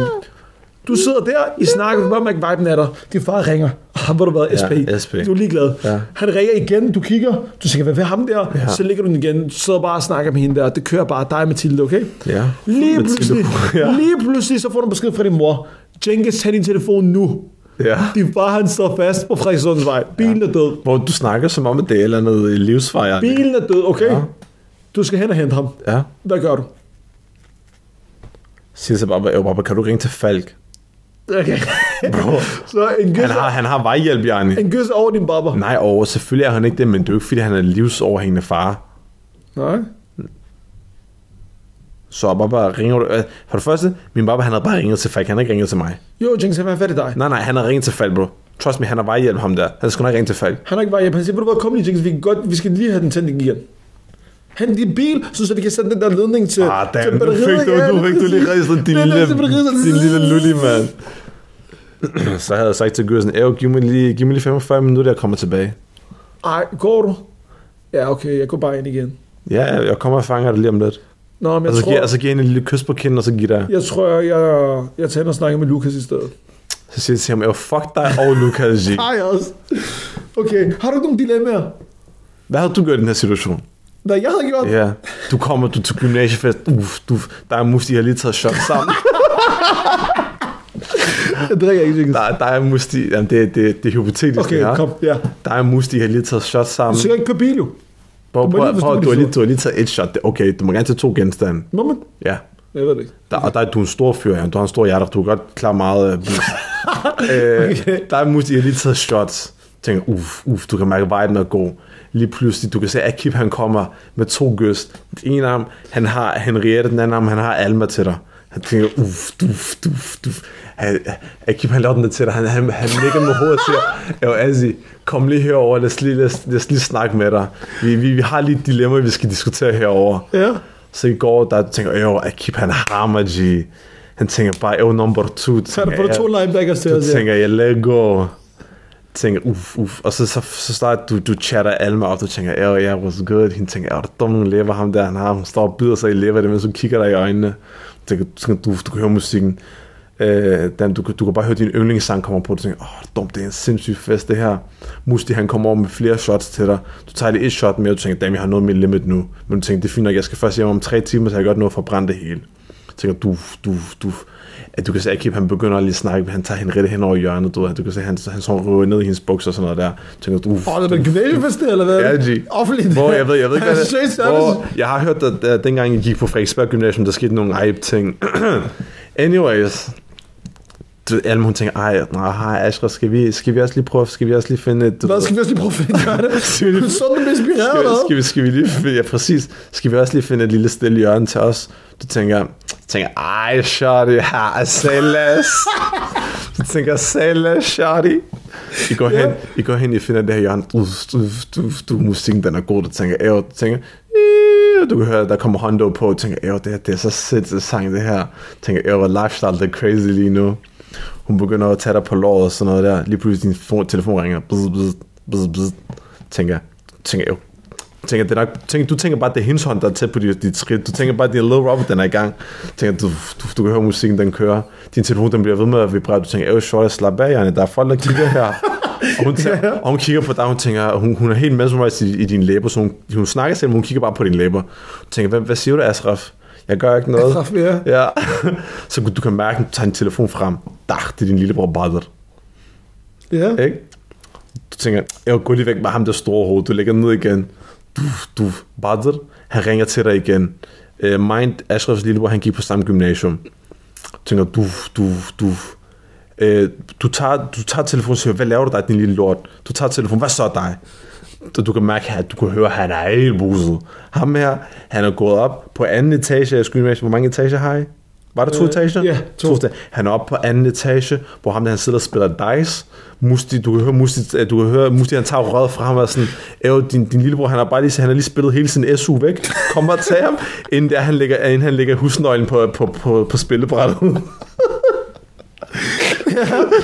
A: du sidder der, I snakker, du kan bare mærke viben af dig. Din far ringer. Ah, hvor har du været, SP.
B: Ja, SP.
A: Du er ligeglad.
B: Ja.
A: Han ringer igen, du kigger, du tænker, hvad ved ham der?
B: Ja.
A: Ja. Så ligger du den igen, du sidder bare og snakker med hende der, det kører bare dig og Mathilde, okay?
B: Ja.
A: Lige
B: Mathilde,
A: pludselig,
B: ja.
A: ja. lige pludselig, så får du en besked fra din mor. Jenkins, tag din telefon nu.
B: Ja.
A: Din far, han står fast på Frederikssundsvej. Bilen er død.
B: Hvor du snakker som om, at det er et eller andet øh, livsfejr.
A: Bilen er død, okay?
B: Ja.
A: Ja. Du skal hen og hente ham.
B: Ja.
A: Hvad gør du?
B: Siger så bare, "Øh, Baba, kan du ringe til Falk?
A: Okay.
B: Bro,
A: så en
B: han
A: gys,
B: har, han har vejhjælp, Jarni.
A: en gys over din barber.
B: Nej, og selvfølgelig er han ikke det, men det er jo ikke, fordi han er livsoverhængende far.
A: Nej.
B: Så Baba ringer du... øh, For det første, min Baba, han havde bare ringet til Falk. Han har ikke ringet til mig.
A: Jo, Jenkins, han er fat i dig.
B: Nej, nej, han har ringet til Falk, bro. Trust me, han har vejhjælp ham der. Han skulle nok ringe til Falk.
A: Han har ikke været hjemme. Han siger, ved du hvad, kom lige, Jenkins, vi, kan godt, vi skal lige have den tændt igen. Hent din bil, så, så vi kan sende den der ledning til,
B: Ah, damn,
A: til
B: nu fik du,
A: Ja,
B: nu fik du lige
A: præcis.
B: ristet din,
A: Den er
B: lille,
A: til batteriet, så-
B: din lille lulli, mand. Så havde jeg sagt til Gørsen, Æv, giv mig lige, giv mig lige 45 minutter, jeg kommer tilbage.
A: Ej, går du? Ja, okay, jeg går bare ind igen.
B: Ja, ja, jeg kommer og fanger dig lige om lidt.
A: Nå, men jeg
B: Og så
A: tror,
B: giver, og så giver jeg en lille kys på kinden, og så giver der.
A: jeg, tror jeg, jeg, jeg tager hen og snakker med Lukas i stedet.
B: Så siger jeg til ham, jeg fuck dig og Lukas G.
A: Har jeg også. Okay, har du ikke nogen dilemmaer?
B: Hvad havde du gjort i den her situation?
A: Hvad jeg havde gjort?
B: Ja, du kommer du til gymnasiefest. Uff, du, der er Musti, har lige taget shots sammen.
A: Jeg drikker ikke, Lukas.
B: Der, der er Musti, jamen det, det, det er hypotetisk, det her.
A: Okay, kom. Ja.
B: Der er Musti, har lige taget shots sammen.
A: Så jeg ikke køre bil, jo.
B: Prøv,
A: Du må
B: prøv,
A: lige
B: prøv,
A: forstå,
B: prøv,
A: hvad
B: du, har
A: de
B: lige, du har lige taget et shot. Det- Okay, du må gerne tage to genstande.
A: Må man?
B: Ja.
A: Jeg ved det ikke.
B: Der, og der er du er en stor fyr, ja. du har en stor hjerte, du kan godt klare meget. Øh, bus. øh, Der er Musti, har lige taget shots. Tænker, uff, uff, du kan mærke, viben er god. Lige pludselig, du kan se, at Akib han kommer med to gøs. Den ene arm, han har Henriette, den anden arm, han har Alma til dig. Han tænker, uff, duf, duf, duf. Han, Akib, han laver den der til dig. Han, han, han ligger med hovedet og siger, jo, Azzi, kom lige herover, lad os lige, lad os, lad os lige snakke med dig. Vi, vi, vi har lige et dilemma, vi skal diskutere herover.
A: Ja.
B: Så i går, der tænker jeg, jo, Akib, han hammer, G. Han tænker bare, jo, oh, number two.
A: Så er der både to linebackers til
B: Du
A: os. ja.
B: tænker, jeg lader gå. Tænker, uff, uff. Og så, så, så starter du, du chatter Alma op, du tænker, ja, yeah, was good. Hende tænker, er du dum, hun lever ham der, han har. Hun står og bider sig i lever, det mens hun kigger dig i øjnene. Du tænker, du, tænker, du, du kan høre musikken. Øh, den, du, kan- du kan bare høre, din yndlingssang kommer på. Du tænker, åh, oh, dumt, det er en sindssyg fest, det her. Musti, han kommer over med flere shots til dig. Du tager det et shot med, og du tænker, damn, jeg har nået mit limit nu. Men du tænker, det er fint nok, jeg skal først hjem om tre timer, så jeg kan godt nå at forbrænde det hele. Jeg tænker, du, du, du, at du kan se, at Akib, han begynder at lige snakke, han tager Henriette hen over hjørnet, du, ved. du kan se, han, han så røver ned i hendes bukser og sådan noget der. Jeg tænker, du,
A: Åh, det er en gymnasiefest, eller hvad?
B: Ja, G.
A: Offentligt.
B: Hvor jeg ved, jeg ved ikke,
A: det
B: hvad det hvor, Jeg har hørt, at, at dengang jeg gik på Frederiksberg Gymnasium, der skete nogle hype ting. Anyways. Du, ved, Alma, hun tænker, ej, nej, hej, Ashra, skal vi, skal vi også lige prøve, skal vi også lige finde et... du
A: Hvad
B: ved-
A: skal vi også lige prøve at finde gøre det?
B: Skal vi-
A: Sådan er du inspireret,
B: skal,
A: eller hvad?
B: skal, vi, skal vi lige finde, ja, præcis. Skal vi også lige finde et lille stille hjørne til os? Du tænker, tænker ej, shawty, ah, her er Salas. Du tænker, Salas, shawty. I går hen, I går hen, I finder det her hjørne. Du, du, du, du musikken, den er god. Du tænker, æv, du tænker, "Ih", og du kan høre, der kommer Hondo på, og tænker, æv, det, her, det er så sindssygt sang, det her. Du tænker, æv, hvor lifestyle, det er crazy lige nu. Hun begynder at tage dig på låret og sådan noget der. Lige pludselig din fo- telefon ringer. Bzz, bzz, bzz, bzz. Tænker, tænker, æv, tænker, det er nok, tænker, du tænker bare, at det er hendes hånd, der er tæt på dit, dit skridt. Du tænker bare, at det er Lil Robert, den er i gang. Tænker, du, du, du kan høre musikken, den kører. Din telefon, den bliver ved med at vibrere. Du tænker, øh, short, slap af, Janne. Der er folk, der kigger her. Og hun, tænker, og hun kigger på dig, hun tænker, hun, hun er helt mesmerized i, i dine læber, så hun, hun snakker selv, men hun kigger bare på dine læber. Hun tænker, hvad, hvad siger du, Asraf? Jeg gør ikke noget.
A: Ashraf, ja.
B: ja. så du kan mærke, at hun tager en telefon frem. Dah, det er din lillebror Badr.
A: Ja.
B: Ikke? Du tænker, jeg går lige væk med ham der store hoved. Du lægger ned igen. Du, du, Badr, han ringer til dig igen. Uh, Mind, Ashrafs lillebror, han gik på samme gymnasium. Du tænker, du, du, du. Uh, du, tager, du tager telefonen og siger, hvad laver du dig, din lille lort? Du tager telefonen, hvad så dig? Så du kan mærke, at du kan høre, at han er helt buset. Ham her, han er gået op på anden etage af gymnasiet. Hvor mange etager har I? Var der to
A: Øh,
B: etager?
A: ja, to.
B: etager. Han er oppe på anden etage, hvor ham der, han sidder og spiller dice. Musti, du kan høre, Musti, øh, du kan høre, Musti han tager røret fra ham og er sådan, Æv, din, din lillebror, han har bare lige, han har lige spillet hele sin SU væk. Kom og tag ham, inden, der, han lægger, inden han lægger husnøglen på, på, på, på spillebrættet.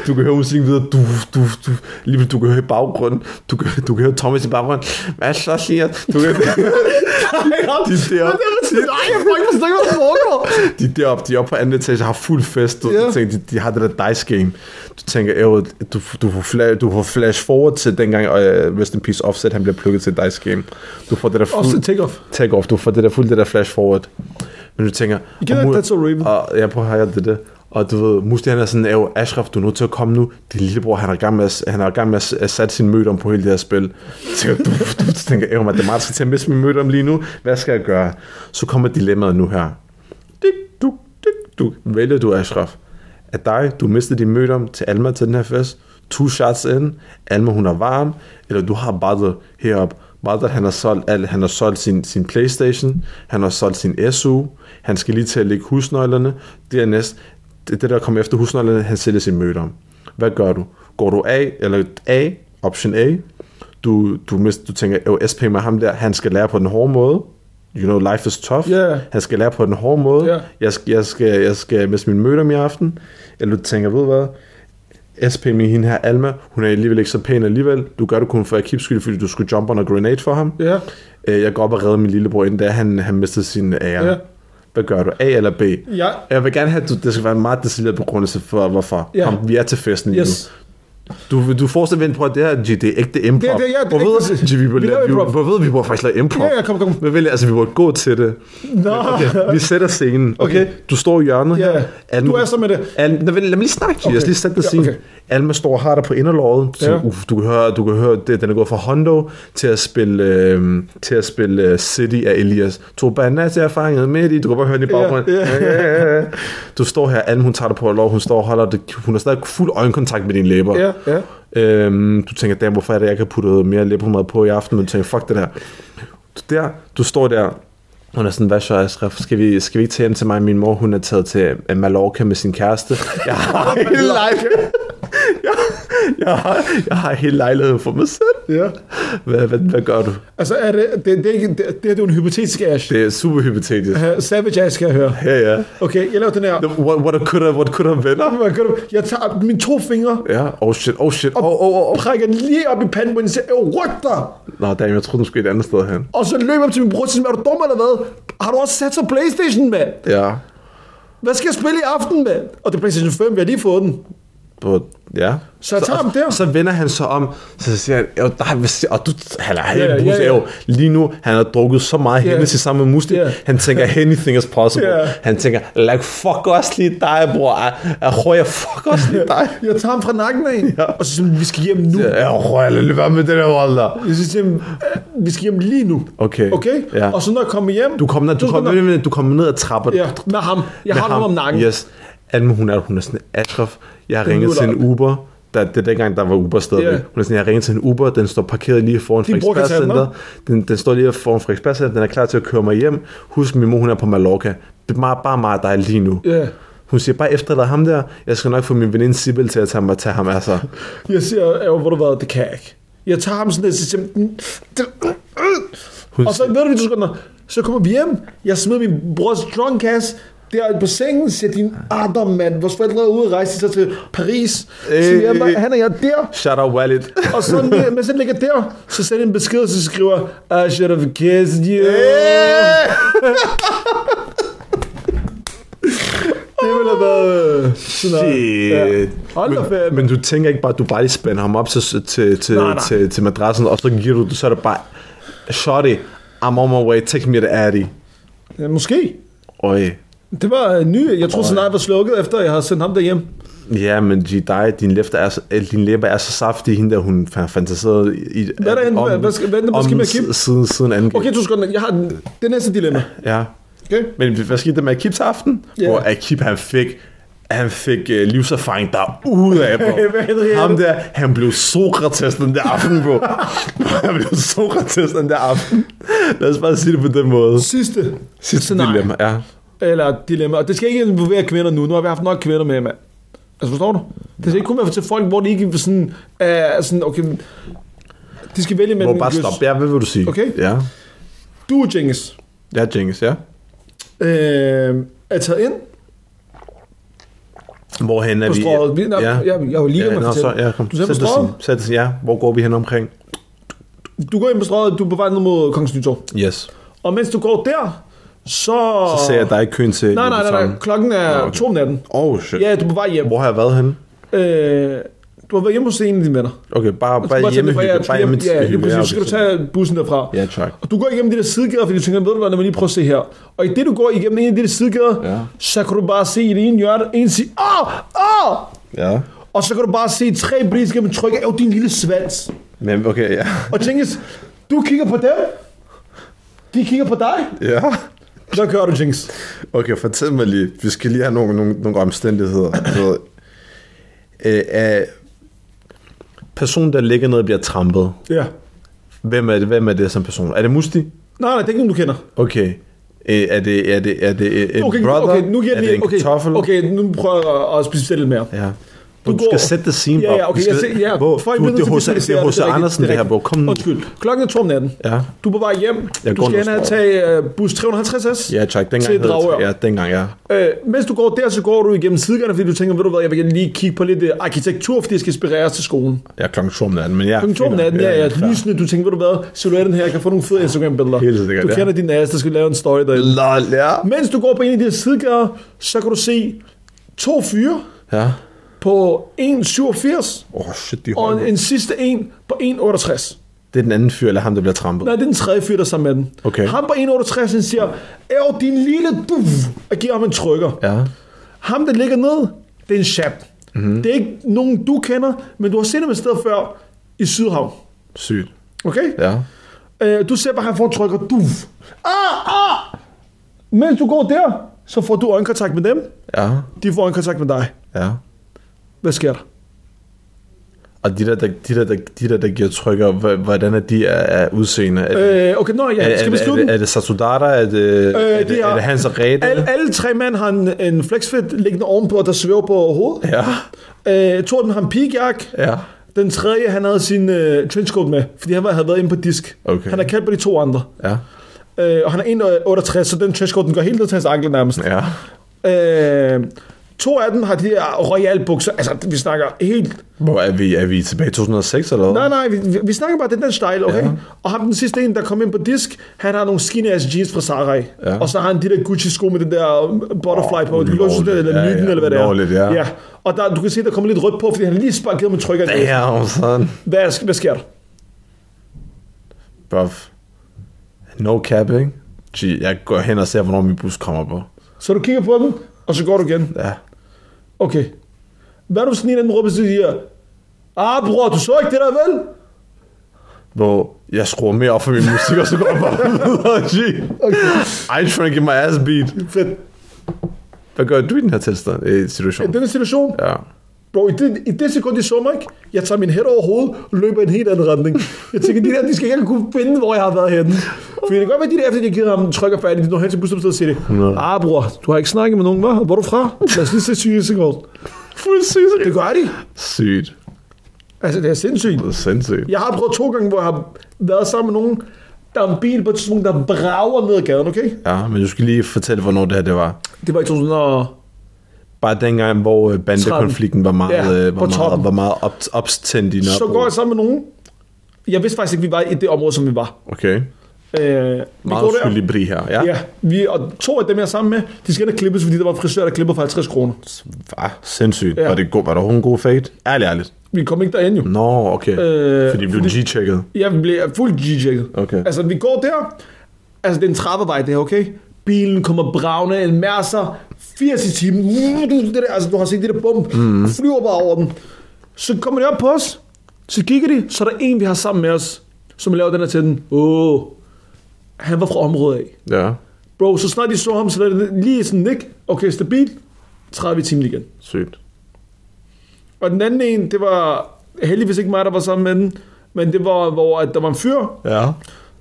B: Du kan høre musikken videre, du, du, du, lige du kan høre i baggrunden, du kan, du kan høre Thomas i baggrunden, hvad så siger, du kan, de der,
A: Nej, jeg får ikke forstået, hvad der foregår.
B: de deroppe, de er oppe på anden etage, har fuld fest, du
A: Ja.
B: yeah. tænker, de, de har det der dice game. Du tænker, "Øv, du, du, får flash, du får flash forward til dengang, og uh, Rest in Peace Offset, han bliver plukket til dice game. Du får det der
A: Offset
B: fuld,
A: take off.
B: take off, du får det der fuld det der flash forward. Men du tænker,
A: I kender
B: og mu-
A: That's So Raven.
B: Og jeg prøver at høre det der. Og du ved, Musti han er sådan, "Øv, Ashraf, du er nødt til at komme nu. Din lillebror, han er i gang med at, han er i gang med at, at sætte sin møde om på hele det her spil. Så tænker, du, du, du tænker, "Øv, mand, det er meget, jeg skal til at miste min møde om lige nu. Hvad skal jeg gøre? Så kommer dilemmaet nu her. Dik, duk, dik, duk. Vælger du, Ashraf? At dig, du mistede din møde om til Alma til den her fest. Two shots in. Alma, hun er varm. Eller du har Badr herop. Badr, han har solgt, alt. han har solgt sin, sin Playstation. Han har solgt sin SU. Han skal lige til at lægge husnøglerne. Dernæst, det, det der kommer efter husnøglerne, han sælger sin møde om. Hvad gør du? Går du af, eller A, option A, du, du, mist, du tænker, jo, SP med ham der, han skal lære på den hårde måde. You know, life is tough.
A: Ja.
B: Han skal lære på den hårde måde.
A: Ja.
B: Jeg, skal, jeg, skal, jeg skal miste min møde om i aften. Eller du tænker, ved du hvad? SP med hende her, Alma, hun er alligevel ikke så pæn alligevel. Du gør det kun for Akibs skyld, fordi du skulle jump on a grenade for ham.
A: Ja.
B: Øh, jeg går op og redder min lillebror, inden da han, han mistede sin ære.
A: Ja.
B: Hvad gør du? A eller B?
A: Ja.
B: Jeg vil gerne have, at du, det skal være en meget detaljeret begrundelse for, hvorfor.
A: Ja.
B: Kom, vi er til festen lige
A: Yes.
B: nu. Du, du fortsætter vente på, at det her G, det er ægte improv.
A: Det er- det er- ja, det er
B: hvor, ved,
A: ægte-
B: G, vi,
A: Vi
B: vi,
A: laver
B: vi,
A: improv.
B: hvor ved vi, hvor faktisk laver improv?
A: Ja, ja, kom, kom.
B: Hvad vil jeg? Altså, vi burde gå til det.
A: Nå.
B: Okay, vi sætter scenen.
A: Okay.
B: Du står i hjørnet
A: Ja,
B: her.
A: ja. Du er så med det.
B: Alma, Nå, vent, lad mig lige snakke, okay.
A: Okay.
B: jeg skal lige sætte det
A: Ja,
B: ja, okay.
A: okay.
B: Alma står og har dig på inderlåret. Ja.
A: Ja.
B: Uf, du kan høre, du kan høre det, den er gået fra Hondo til at spille, øh, til at spille øh, City af Elias. To bandas, jeg er fanget med i. Du kan bare høre den i baggrunden.
A: Ja,
B: Ja, ja, ja. Du står her, Alma, hun tager dig på lov, hun står og holder det. Hun har stadig fuld øjenkontakt med dine læber.
A: Ja, ja.
B: Øhm, du tænker, damn, hvorfor er det, jeg kan putte mere læbepomade på i aften, men du tænker, fuck det der. Du, der, du står der, hun er sådan, hvad så, Ashraf? Skal vi, skal vi ikke tage hjem til mig? Min mor, hun er taget til øh, Mallorca med sin kæreste. Jeg har hele lejligheden. Jeg, jeg, har, jeg har hele lejligheden for mig selv.
A: Ja.
B: Hvad, hvad, hvad gør du?
A: Altså, er det, det, det, er ikke- det, det, her, det er jo en hypotetisk Ash.
B: Det er super hypotetisk.
A: Øh, Savage Ash, skal jeg høre.
B: Ja, ja.
A: Okay, jeg laver den her.
B: What, what could have, what could have venner?
A: Hvad gør du? Jeg tager mine to fingre,
B: Ja, oh shit, oh shit, oh, oh, oh. oh.
A: prikker den lige op i panden, hvor den siger, "Øv, ryk dig!
B: Nå, damn, jeg troede, den skulle et andet sted hen.
A: Og så løber jeg op til min bror og siger, er du dum eller hvad? Har du også sat sig Playstation, mand?
B: Ja,
A: Hvad skal jeg spille i aften, mand? Og det er Playstation 5, vi har lige fået den.
B: på, ja.
A: Så jeg tager ham der.
B: Så vender han sig om, så siger han, jo, nej, hvad siger, og du, han er helt
A: Ja,
B: yeah,
A: ja,
B: yeah,
A: ja.
B: yeah. lige nu, han har drukket så meget yeah. Hennessy sammen med Musti,
A: Ja.
B: han tænker, anything is possible.
A: Ja.
B: Han tænker, like, fuck også lige dig, bror, jeg, jeg tror, jeg fuck også lige dig.
A: Jeg tager ham fra nakken af, ja. og så siger han, vi skal hjem nu.
B: Jeg rører lidt være med det der, Walter.
A: Jeg siger, "Jamen, øh, vi skal hjem lige nu.
B: Okay.
A: Okay?
B: Ja.
A: Og så når jeg kommer hjem...
B: Du kommer ned, du
A: så
B: kommer
A: skal
B: ned, du kommer ned ad trappen.
A: Ja, med ham. Jeg
B: med
A: har ham om nakken.
B: Yes. Alma, hun er, hun er sådan, Ashraf, jeg har ringet til
A: luller
B: en Uber. Der, det er dengang, der var Uber stadigvæk.
A: Ja.
B: Hun er sådan, jeg har ringet til en Uber, den står parkeret lige foran
A: Din bror kan
B: Frederiksberg
A: tage den,
B: Center. Den, den står lige foran Frederiksberg Center, den er klar til at køre mig hjem. Husk, min mor, hun er på Mallorca. Det er meget, bare meget dig lige nu.
A: Ja.
B: Hun siger, bare efterlad ham der. Jeg skal nok få min veninde Sibel til at tage, mig, tage ham af sig.
A: Jeg siger, "Øv, hvor du hvad, det kan jeg ikke. Jeg tager ham sådan lidt, så siger jeg, "Den- den-
B: Hun
A: mm." Og så ved du, hvad du skal gøre? Så kommer vi hjem, jeg smider min brors drunk ass der på sengen, siger din Adam, mand, vores forældre er ude og rejse så til Paris.
B: Øh,
A: så jeg,
B: øh,
A: "Mand, han og jeg er der,
B: Shout out Wallet.
A: og så, mens han ligger der, så sender jeg en besked, og så skriver, I should have kissed you.
B: Øh.
A: Det ville have været øh, sådan noget.
B: Shit.
A: Hold da
B: men,
A: ferie.
B: men du tænker ikke bare, at du bare lige spænder ham op til, til, til,
A: Nej, nej.
B: til, til madrassen, og så giver du det, så er det bare, shorty, I'm on my way, take me to Addy.
A: Ja, måske.
B: Øj.
A: Det var øh, ny. Jeg tror, scenariet var slukket, efter jeg havde sendt ham derhjem.
B: Ja, men de, dig, din, læfter er, så- eh, din læber er så saftig, hende der, hun fa- fantaserede i,
A: Hvad er der henne? Hvad- hvad skal- hvad er det, der
B: om
A: sker med Kim?
B: s- siden, siden anden
A: Okay, du skal Jeg har den, det næste dilemma.
B: Ja.
A: Okay?
B: Men hvad skete der med Akib til aften?
A: Ja.
B: Hvor Akib, han fik han fik uh, livserfaring derude af,
A: Hvad er det,
B: bro. Ham der, han blev Sokrates den der aften, bro. han blev Sokrates den der aften. Lad os bare sige det på den måde.
A: Sidste.
B: Sidste
A: scenarie.
B: dilemma, ja.
A: Eller dilemma. Og det skal ikke involvere kvinder nu. Nu har vi haft nok kvinder med, mand. Altså, forstår du? Det skal ikke kun være til folk, hvor det ikke er sådan... Uh, sådan okay, de skal vælge mellem...
B: Må bare
A: Jøs.
B: stoppe. Ja, hvad vil du sige?
A: Okay.
B: Ja.
A: Du, Jengis,
B: Ja, Jenkins, ja.
A: øh, er taget ind
B: Hvorhen er
A: på
B: vi?
A: strået. Vi, nej, ja. jeg, jeg var lige
B: ja,
A: ved at
B: nå, så,
A: fortælle.
B: ja, kom.
A: Du ser på
B: Sæt dig
A: strået.
B: sådan. Sæt dig sådan, ja. Hvor går vi hen omkring?
A: Du går ind på strået, du er på vej ned mod Kongens Nytorv.
B: Yes.
A: Og mens du går der, så...
B: Så ser jeg dig i køen til...
A: Nej, nej, nej, nej. Klokken er
B: Nå,
A: okay.
B: okay.
A: to om natten.
B: Oh, shit.
A: Ja, du er på vej hjem.
B: Hvor har jeg været henne?
A: Øh, du har været hjemme hos en af dine venner.
B: Okay, bare,
A: Du
B: bare
A: tage den fra jer, du
B: hjemmehygge. Bare
A: skal hjem- Ja, det er
B: hjemmehygge.
A: præcis. Så skal du tage bussen derfra.
B: altså. Ja, tak.
A: Og du går igennem de der sidegader, fordi du tænker, ved du hvad, lad mig lige prøve at se her. Og i det, du går igennem en af de der sidegader,
B: Ja.
A: så kan du bare se i det ene hjørne, en sige, åh, åh!
B: Ja.
A: Og så kan du bare se tre britiske med trykke af din lille svans.
B: Men okay, ja.
A: Og Jenkins, du kigger på dem, de kigger på dig.
B: Ja.
A: Hvad gør du, Jenkins?
B: Okay, fortæl mig lige. Vi skal lige have nogle, nogle, nogle omstændigheder. Så, øh, er personen, der ligger ned og bliver trampet.
A: Ja.
B: Hvem er det, hvem er det som person? Er det Musti?
A: Nej, nej, det er ikke nogen, du kender.
B: Okay. Øh, er det, er det, er det en
A: Okay,
B: brother?
A: okay, nu giver jeg
B: er det
A: lige,
B: en
A: okay,
B: kartoffel?
A: okay, nu prøver jeg at- at specificere lidt mere.
B: Ja. Du, du skal sætte det scene
A: ja,
B: op.
A: ja, okay,
B: Du skal,
A: jeg ser, ja.
B: Bro,
A: Folk
B: du,
A: bliver
B: det
A: nødt
B: er
A: til at
B: H.C. det
A: visualisere
B: er H.C.
A: rigtigt, det er
B: Andersen, det her,
A: rigtigt.
B: bro. Kom nu.
A: Undskyld. Klokken er 2 om natten.
B: Ja.
A: Du er på vej hjem.
B: Jeg
A: du
B: går
A: skal
B: noget
A: hen og
B: sport.
A: tage øh, bus 350S
B: Ja, tak. Dengang
A: til Dragør.
B: Ja, dengang, ja.
A: Øh, mens du går der, så går du igennem sidegangene, fordi du tænker, ved du hvad, jeg vil gerne lige kigge på lidt øh, arkitektur, fordi jeg skal inspireres til skolen.
B: Ja, klokken 2 om natten, men ja.
A: Klokken 2 om natten, ja, ja,
B: klar.
A: lysende, du tænker, ved du hvad, silhuetten her, jeg kan få nogle fede Instagram-billeder.
B: Helt sikkert,
A: Du
B: ja.
A: kender din ass, der skal lave en story derinde.
B: Lol, ja.
A: Mens du går på en af de her sidegader, så kan du se to fyre
B: Ja.
A: på 1,87
B: Åh, oh, shit, de
A: og en,
B: holder.
A: en sidste en på 1,68.
B: Det er den anden fyr, eller ham, der bliver trampet.
A: Nej, det er den tredje fyr, der er sammen med den.
B: Okay.
A: Ham på 1,68 han siger, Æv, din lille du, og giver ham en trykker.
B: Ja.
A: Ham, der ligger ned, det er en chap.
B: Mhm.
A: Mm-hmm. Det er ikke nogen, du kender, men du har set ham et sted før i Sydhavn.
B: Sygt.
A: Okay?
B: Ja.
A: Øh, du ser bare, han får en trykker, du. Ah, ah! Mens du går der, så får du øjenkontakt med dem.
B: Ja.
A: De får øjenkontakt med dig.
B: Ja.
A: Hvad sker der?
B: Og de der, der, de der, der, de der, der giver trykker, hva- hvordan er de er, er udseende? Er, det-
A: Øh, okay, nå
B: er,
A: ja,
B: er,
A: skal vi
B: er,
A: slutte Øh,
B: det,
A: den?
B: er det Satudara? Er det, er, det,
A: de har-
B: er det Hans og Rete?
A: Alle, alle tre mænd har en, en flexfit liggende ovenpå, der svæver på hovedet.
B: Ja.
A: Øh, to af dem har en pigjakke.
B: Ja.
A: Den tredje, han havde sin øh, trenchcoat med, fordi han var- havde været inde på disk.
B: Okay.
A: Han har kaldt på de to andre.
B: Ja.
A: Øh, og han er 1,68, så den trenchcoat, den går helt ned til hans ankel nærmest.
B: Ja.
A: Øh, to af dem har de her royal bukser. Altså, vi snakker helt...
B: Hvor er vi, er vi tilbage i 2006 eller hvad?
A: Nej, nej, vi, vi, vi snakker bare den der style, okay? Ja. Og ham den sidste en, der kom ind på disk, han har nogle skinny ass jeans fra Sarai.
B: Ja.
A: Og så har han de der Gucci-sko med den der øh, butterfly på.
B: Åh,
A: Du kan også det,
B: ulovligt.
A: eller
B: Ja,
A: myten,
B: ja,
A: eller hvad det er.
B: ulovligt, ja.
A: ja. Og der, du kan se, der kommer lidt rødt på, fordi han har lige sparket med trykker.
B: Damn, sådan.
A: Hvad, hvad sker der?
B: Buff. No cap, ikke? Gee, jeg går hen og ser, hvornår min bus kommer på.
A: Så du kigger på den, og så går du igen.
B: Ja.
A: Okay. Hvad er du sådan en af dem råber, så siger, Ah, bror, du så ikke det der, vel?
B: Hvor jeg skruer mere op for min musik, og så går jeg bare videre. Gee. I ain't trying to get my ass beat.
A: Fedt.
B: Hvad gør du i den her tilstand, i situation?
A: I denne situation,
B: Ja.
A: bro, i det, i det sekund, de så mig, ikke? jeg tager min hætte over hovedet og løber i en helt anden retning. Jeg tænker, de der, de skal ikke kunne finde, hvor jeg har været henne. For det kan godt være, de der, efter de har givet ham en tryk og færdig, de når hen til busstoppestedet og siger det.
B: Nå.
A: Ah, bror, du har ikke snakket med nogen, hva? Hvor er du fra? Lad os lige se sygesikkerhed.
B: Præcis.
A: Det gør de.
B: Sygt.
A: Altså, det er sindssygt.
B: Det er sindssygt.
A: Jeg har prøvet to gange, hvor jeg har været sammen med nogen, der er en bil på et tidspunkt, der brager ned ad gaden, okay?
B: Ja, men du skal lige fortælle, hvornår det her det var.
A: Det var i 2000 og...
B: Bare dengang, hvor øh, bandekonflikten var meget,
A: Ja,
B: ja, var
A: på toppen.
B: meget, var meget op, opstændt i Nørrebro.
A: Så går jeg sammen med nogen. Jeg vidste faktisk ikke, vi var i det område, som vi var.
B: Okay.
A: Øh, vi
B: Meget
A: går der.
B: skyldig bri her. Ja.
A: Ja, vi, og to af dem, jeg er sammen med, de skal ind og klippes, fordi der var frisør, der klipper for 50 kroner.
B: Hva? Ah, Sindssygt.
A: Ja.
B: Ja. Var, det god, var der overhovedet en god fade? Ærligt, ærligt.
A: Vi kom ikke derind jo.
B: Nå, okay.
A: Øh,
B: Øh, fordi vi blev G-checket.
A: Jeg blev fuldt g-checket.
B: Okay.
A: Altså, vi går der. Altså, det er en trappevej, det her, okay? Bilen kommer bravende, en mærser, 80 i timen. Det der, altså, du har set det der bump. Mm. Flyver bare over den. Så kommer de op på os. Så kigger de, så er der en, vi har sammen med os, som laver den her til den. Åh, oh, han var fra området af.
B: Ja.
A: Bro, så snart de så ham, så er det lige sådan, Nick, okay, stabil, 30 i timen igen.
B: Sygt.
A: Og den anden en, det var heldigvis ikke mig, der var sammen med den, men det var, hvor at der var en fyr,
B: Ja.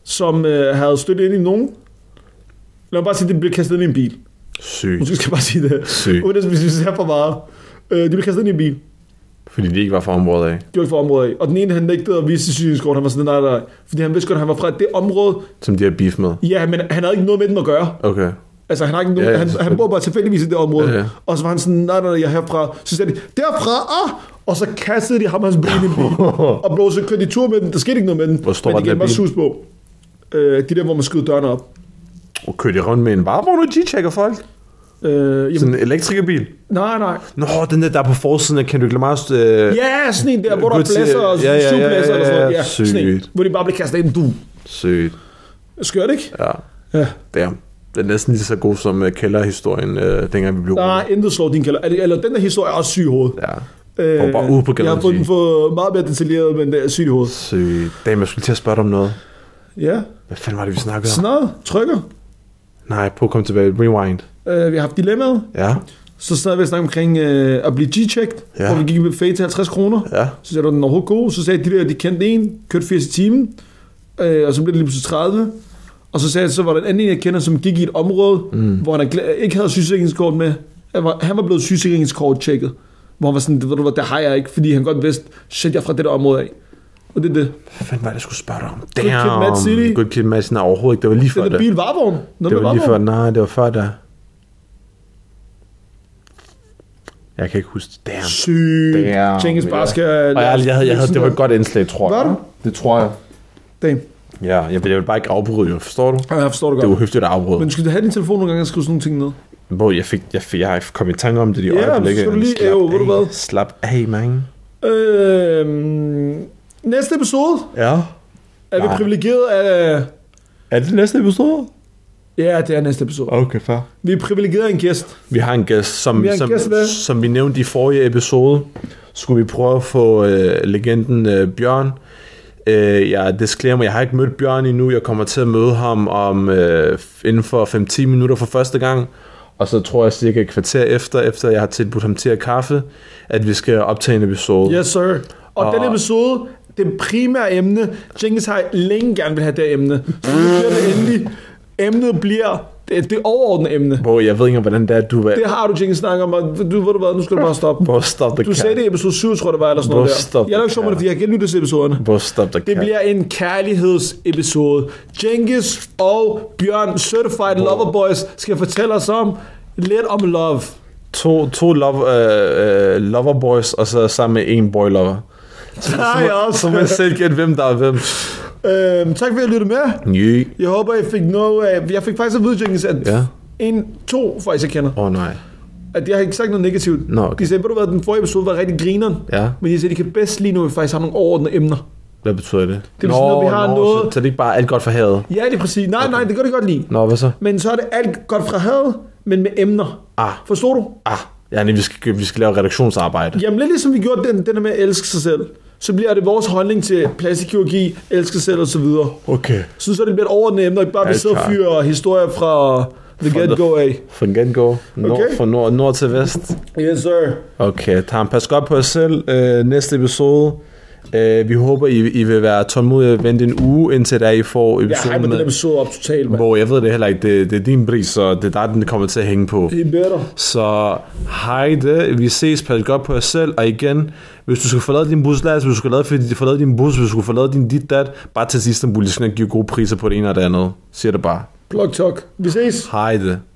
A: som øh, havde stødt ind i nogen. Lad mig bare sige, at de blev kastet ind i en bil.
B: Sygt.
A: Måske skal jeg bare sige det.
B: Sygt.
A: Uden at specificere for meget. Øh, de blev kastet ind i en bil.
B: Fordi de ikke var fra området af.
A: Det var ikke for området af. Og den ene, han nægtede at vise sit synskort. Han var sådan, nej, nej. nej." Fordi han vidste godt, at han var fra det område.
B: Som de har beef med.
A: Ja, men han havde ikke noget med den at gøre.
B: Okay.
A: Altså, han, har ikke nogen,
B: Ja, ja,
A: han, han
B: selvfølgelig.
A: bor bare tilfældigvis i det område.
B: Ja, ja.
A: Og så var han sådan, nej, nej, nej, jeg er herfra. Så sagde de, derfra, ah! Og så kastede de ham og hans bil i en bil. Og blev så kørt i tur med den. Der skete ikke noget med den.
B: Hvor stor
A: men
B: var
A: de
B: den
A: gav
B: der
A: bare
B: bil?
A: sus på. Øh, de der, hvor man skyder dørene op.
B: Og kørte de rundt med en varevogn og G-checker folk?
A: Øh, jamen,
B: Sådan en elektrikerbil.
A: nej, nej.
B: Nå, den der, der er på forsiden af Kendrick Lamar's... Øh...
A: Ja, sådan en der, hvor der er
B: Good til-
A: blæser og
B: ja, ja, ja,
A: syvblæser
B: ja,
A: eller
B: ja,
A: sådan noget. Ja,
B: ja.
A: sådan en,
B: Sygt.
A: hvor de bare blev kastet ind. Du,
B: Sygt.
A: skørt ikke?
B: Ja.
A: Ja.
B: Damn. Den er næsten lige så god som øh, kælderhistorien, øh, dengang vi blev
A: Der er
B: rundt.
A: intet slår din kalder. Eller, eller den der historie er også syg i hovedet. Øh,
B: Ja. Hvor bare ude på gaden
A: Jeg har fået
B: sige.
A: den for meget mere detaljeret, men det er syg i hovedet.
B: Sygt. Damn, jeg skulle til at spørge dig om noget.
A: Ja,
B: Hvad fanden var det, vi snakkede om?
A: snart trykker.
B: Nej, prøv at komme tilbage. Rewind.
A: Øh, vi har haft dilemmaet.
B: Ja.
A: Så snakkede vi snakke omkring øh, at blive G-checked,
B: Ja.
A: hvor vi gik med fade til 50 kroner.
B: Ja.
A: Så sagde du, den er overhovedet god. Så sagde de der, de kendte en, kørte 80 i timen, øh, og så blev det lige pludselig 30. Og så sagde jeg, så var der en anden en, jeg kender, som gik i et område, mm. hvor han er gla- ikke havde sygesikringskort med. Han var, han var blevet sygesikringskort tjekket. Hvor han var sådan, ved du hvad, det har jeg ikke, fordi han godt vidste, shit, jeg er fra det der område af. Og det er det.
B: Hvad fanden var det, jeg skulle spørge dig om?
A: Kid, Mad City.
B: Good Kid, Mad City. Nej, overhovedet ikke. Det var lige før
A: Den
B: det.
A: der bil varevogn. Noget
B: Det
A: med
B: var lige før.
A: varevogn.
B: Nej, det var før der. Jeg kan ikke huske det. Damn.
A: Sygt.
B: Damn,
A: Jenkins bare
B: ja.
A: skal...
B: Og jeg, jeg, havde, jeg havde, det var et godt indslag, tror jeg.
A: Var det?
B: Det tror jeg.
A: Damn.
B: Ja, jeg vil, jeg vil bare ikke afbryde, forstår du?
A: Ja, Jeg forstår det
B: Det er
A: godt.
B: uhøfligt at afbryde.
A: Men du skal have din telefon nogle gange og skrive sådan nogle ting ned.
B: Hvor jeg fik, jeg, fik, jeg kom i tanke om det i
A: Ja,
B: øjeblikket.
A: så skal du lige-
B: Slap
A: jo, ved du
B: af.
A: hvad?
B: Slap af, man.
A: Øhm, næste episode
B: Ja.
A: er vi
B: Nej.
A: privilegeret af...
B: Er det næste episode?
A: Ja, det er næste episode.
B: Okay, far.
A: Vi er privilegeret af en gæst.
B: Vi har en gæst, som,
A: Vi har en
B: som,
A: gæst med.
B: som vi nævnte i forrige episode. Skulle vi prøve at få øh, legenden øh, Bjørn. Øh, jeg disclaimer, jeg har ikke mødt Bjørn endnu. Jeg kommer til at møde ham om øh, inden for 5-10 minutter for første gang. Og så tror jeg cirka et kvarter efter, efter jeg har tilbudt ham til at kaffe, at vi skal optage en episode.
A: Yes, sir. Og
B: Og-
A: den episode, det primære emne, Jenkins har længe gerne vil have det emne. Så nu bliver det endelig. Emnet bliver det, det overordnede emne.
B: Hvor jeg ved ikke, hvordan det er, du var...
A: Det har du, Jenkins, snakker om, og du ved du hvad, nu skal du bare stoppe.
B: Hvor stop the
A: Du sagde det i episode 7, tror jeg, det var, eller sådan
B: Hvor
A: noget
B: stop
A: der. Jeg er nok sjov med det, fordi jeg har genlyttet til episoderne.
B: Hvor stop the
A: Det
B: cat.
A: bliver en kærlighedsepisode. Jenkins og Bjørn, Certified Lover Boys, skal fortælle os om lidt om love.
B: To, to love, øh, øh, loverboys, og så sammen med en boylover. Så,
A: har
B: så,
A: jeg
B: må-
A: også.
B: så må jeg selv gætte, hvem der er hvem.
A: Øhm, tak fordi I lyttede med.
B: Nye.
A: Jeg håber, I fik noget af... Jeg fik faktisk at vide, Jenkins, at
B: Ja.
A: en, to faktisk, jeg kender.
B: Åh oh, nej.
A: At jeg har ikke sagt noget negativt.
B: Nå, okay.
A: De sagde, ved du hvad, den forrige episode var rigtig grineren.
B: Ja.
A: Men de sagde, de kan bedst lige nu, at vi faktisk har nogle overordnede emner.
B: Hvad betyder det?
A: Det betyder, at vi har noget-
B: Så, så det er ikke bare alt godt for havet.
A: Ja, det er præcis. Nej, nej, det gør det godt lige.
B: Nå, hvad så?
A: Men så er det alt godt fra havet, men med emner.
B: Ah.
A: Forstår du?
B: Ah, ja, nej, vi, skal, vi skal lave redaktionsarbejde.
A: Jamen lidt ligesom vi gjorde den, den der med at elske sig selv. Så bliver det vores holdning til plastikkirurgi, elske sig selv og Så, videre.
B: Okay.
A: så, så det bliver et overordnet emne, og ikke bare vi
B: Alt
A: sidder og
B: klar.
A: fyrer historier fra uh, The
B: the-
A: Get-Go af.
B: Fra Gengo. Nord,
A: Okay.
B: okay. Fra nord, nord til vest.
A: Yes, sir.
B: Okay, Tam, pas godt på jer selv. Øh, næste episode. Øh, vi håber, I, I vil være tålmodige og vente en uge, indtil da I får
A: Jeg
B: episoden
A: hyper den
B: med.
A: episode op totalt, mand.
B: Hvor jeg ved det heller ikke, det, det er din pris, så det er dig, den kommer til at hænge på.
A: Det er bedre.
B: Så hej det, vi ses, pas godt på jer selv, og igen, hvis du skal forlade din bus, lad os, hvis du skal lade- fordi de forlade din bus, hvis du skal forlade din dit dat, bare til Istanbul, de skal nok give gode priser på det ene og det andet. Siger det bare.
A: Plug talk. Vi ses.
B: Hej det.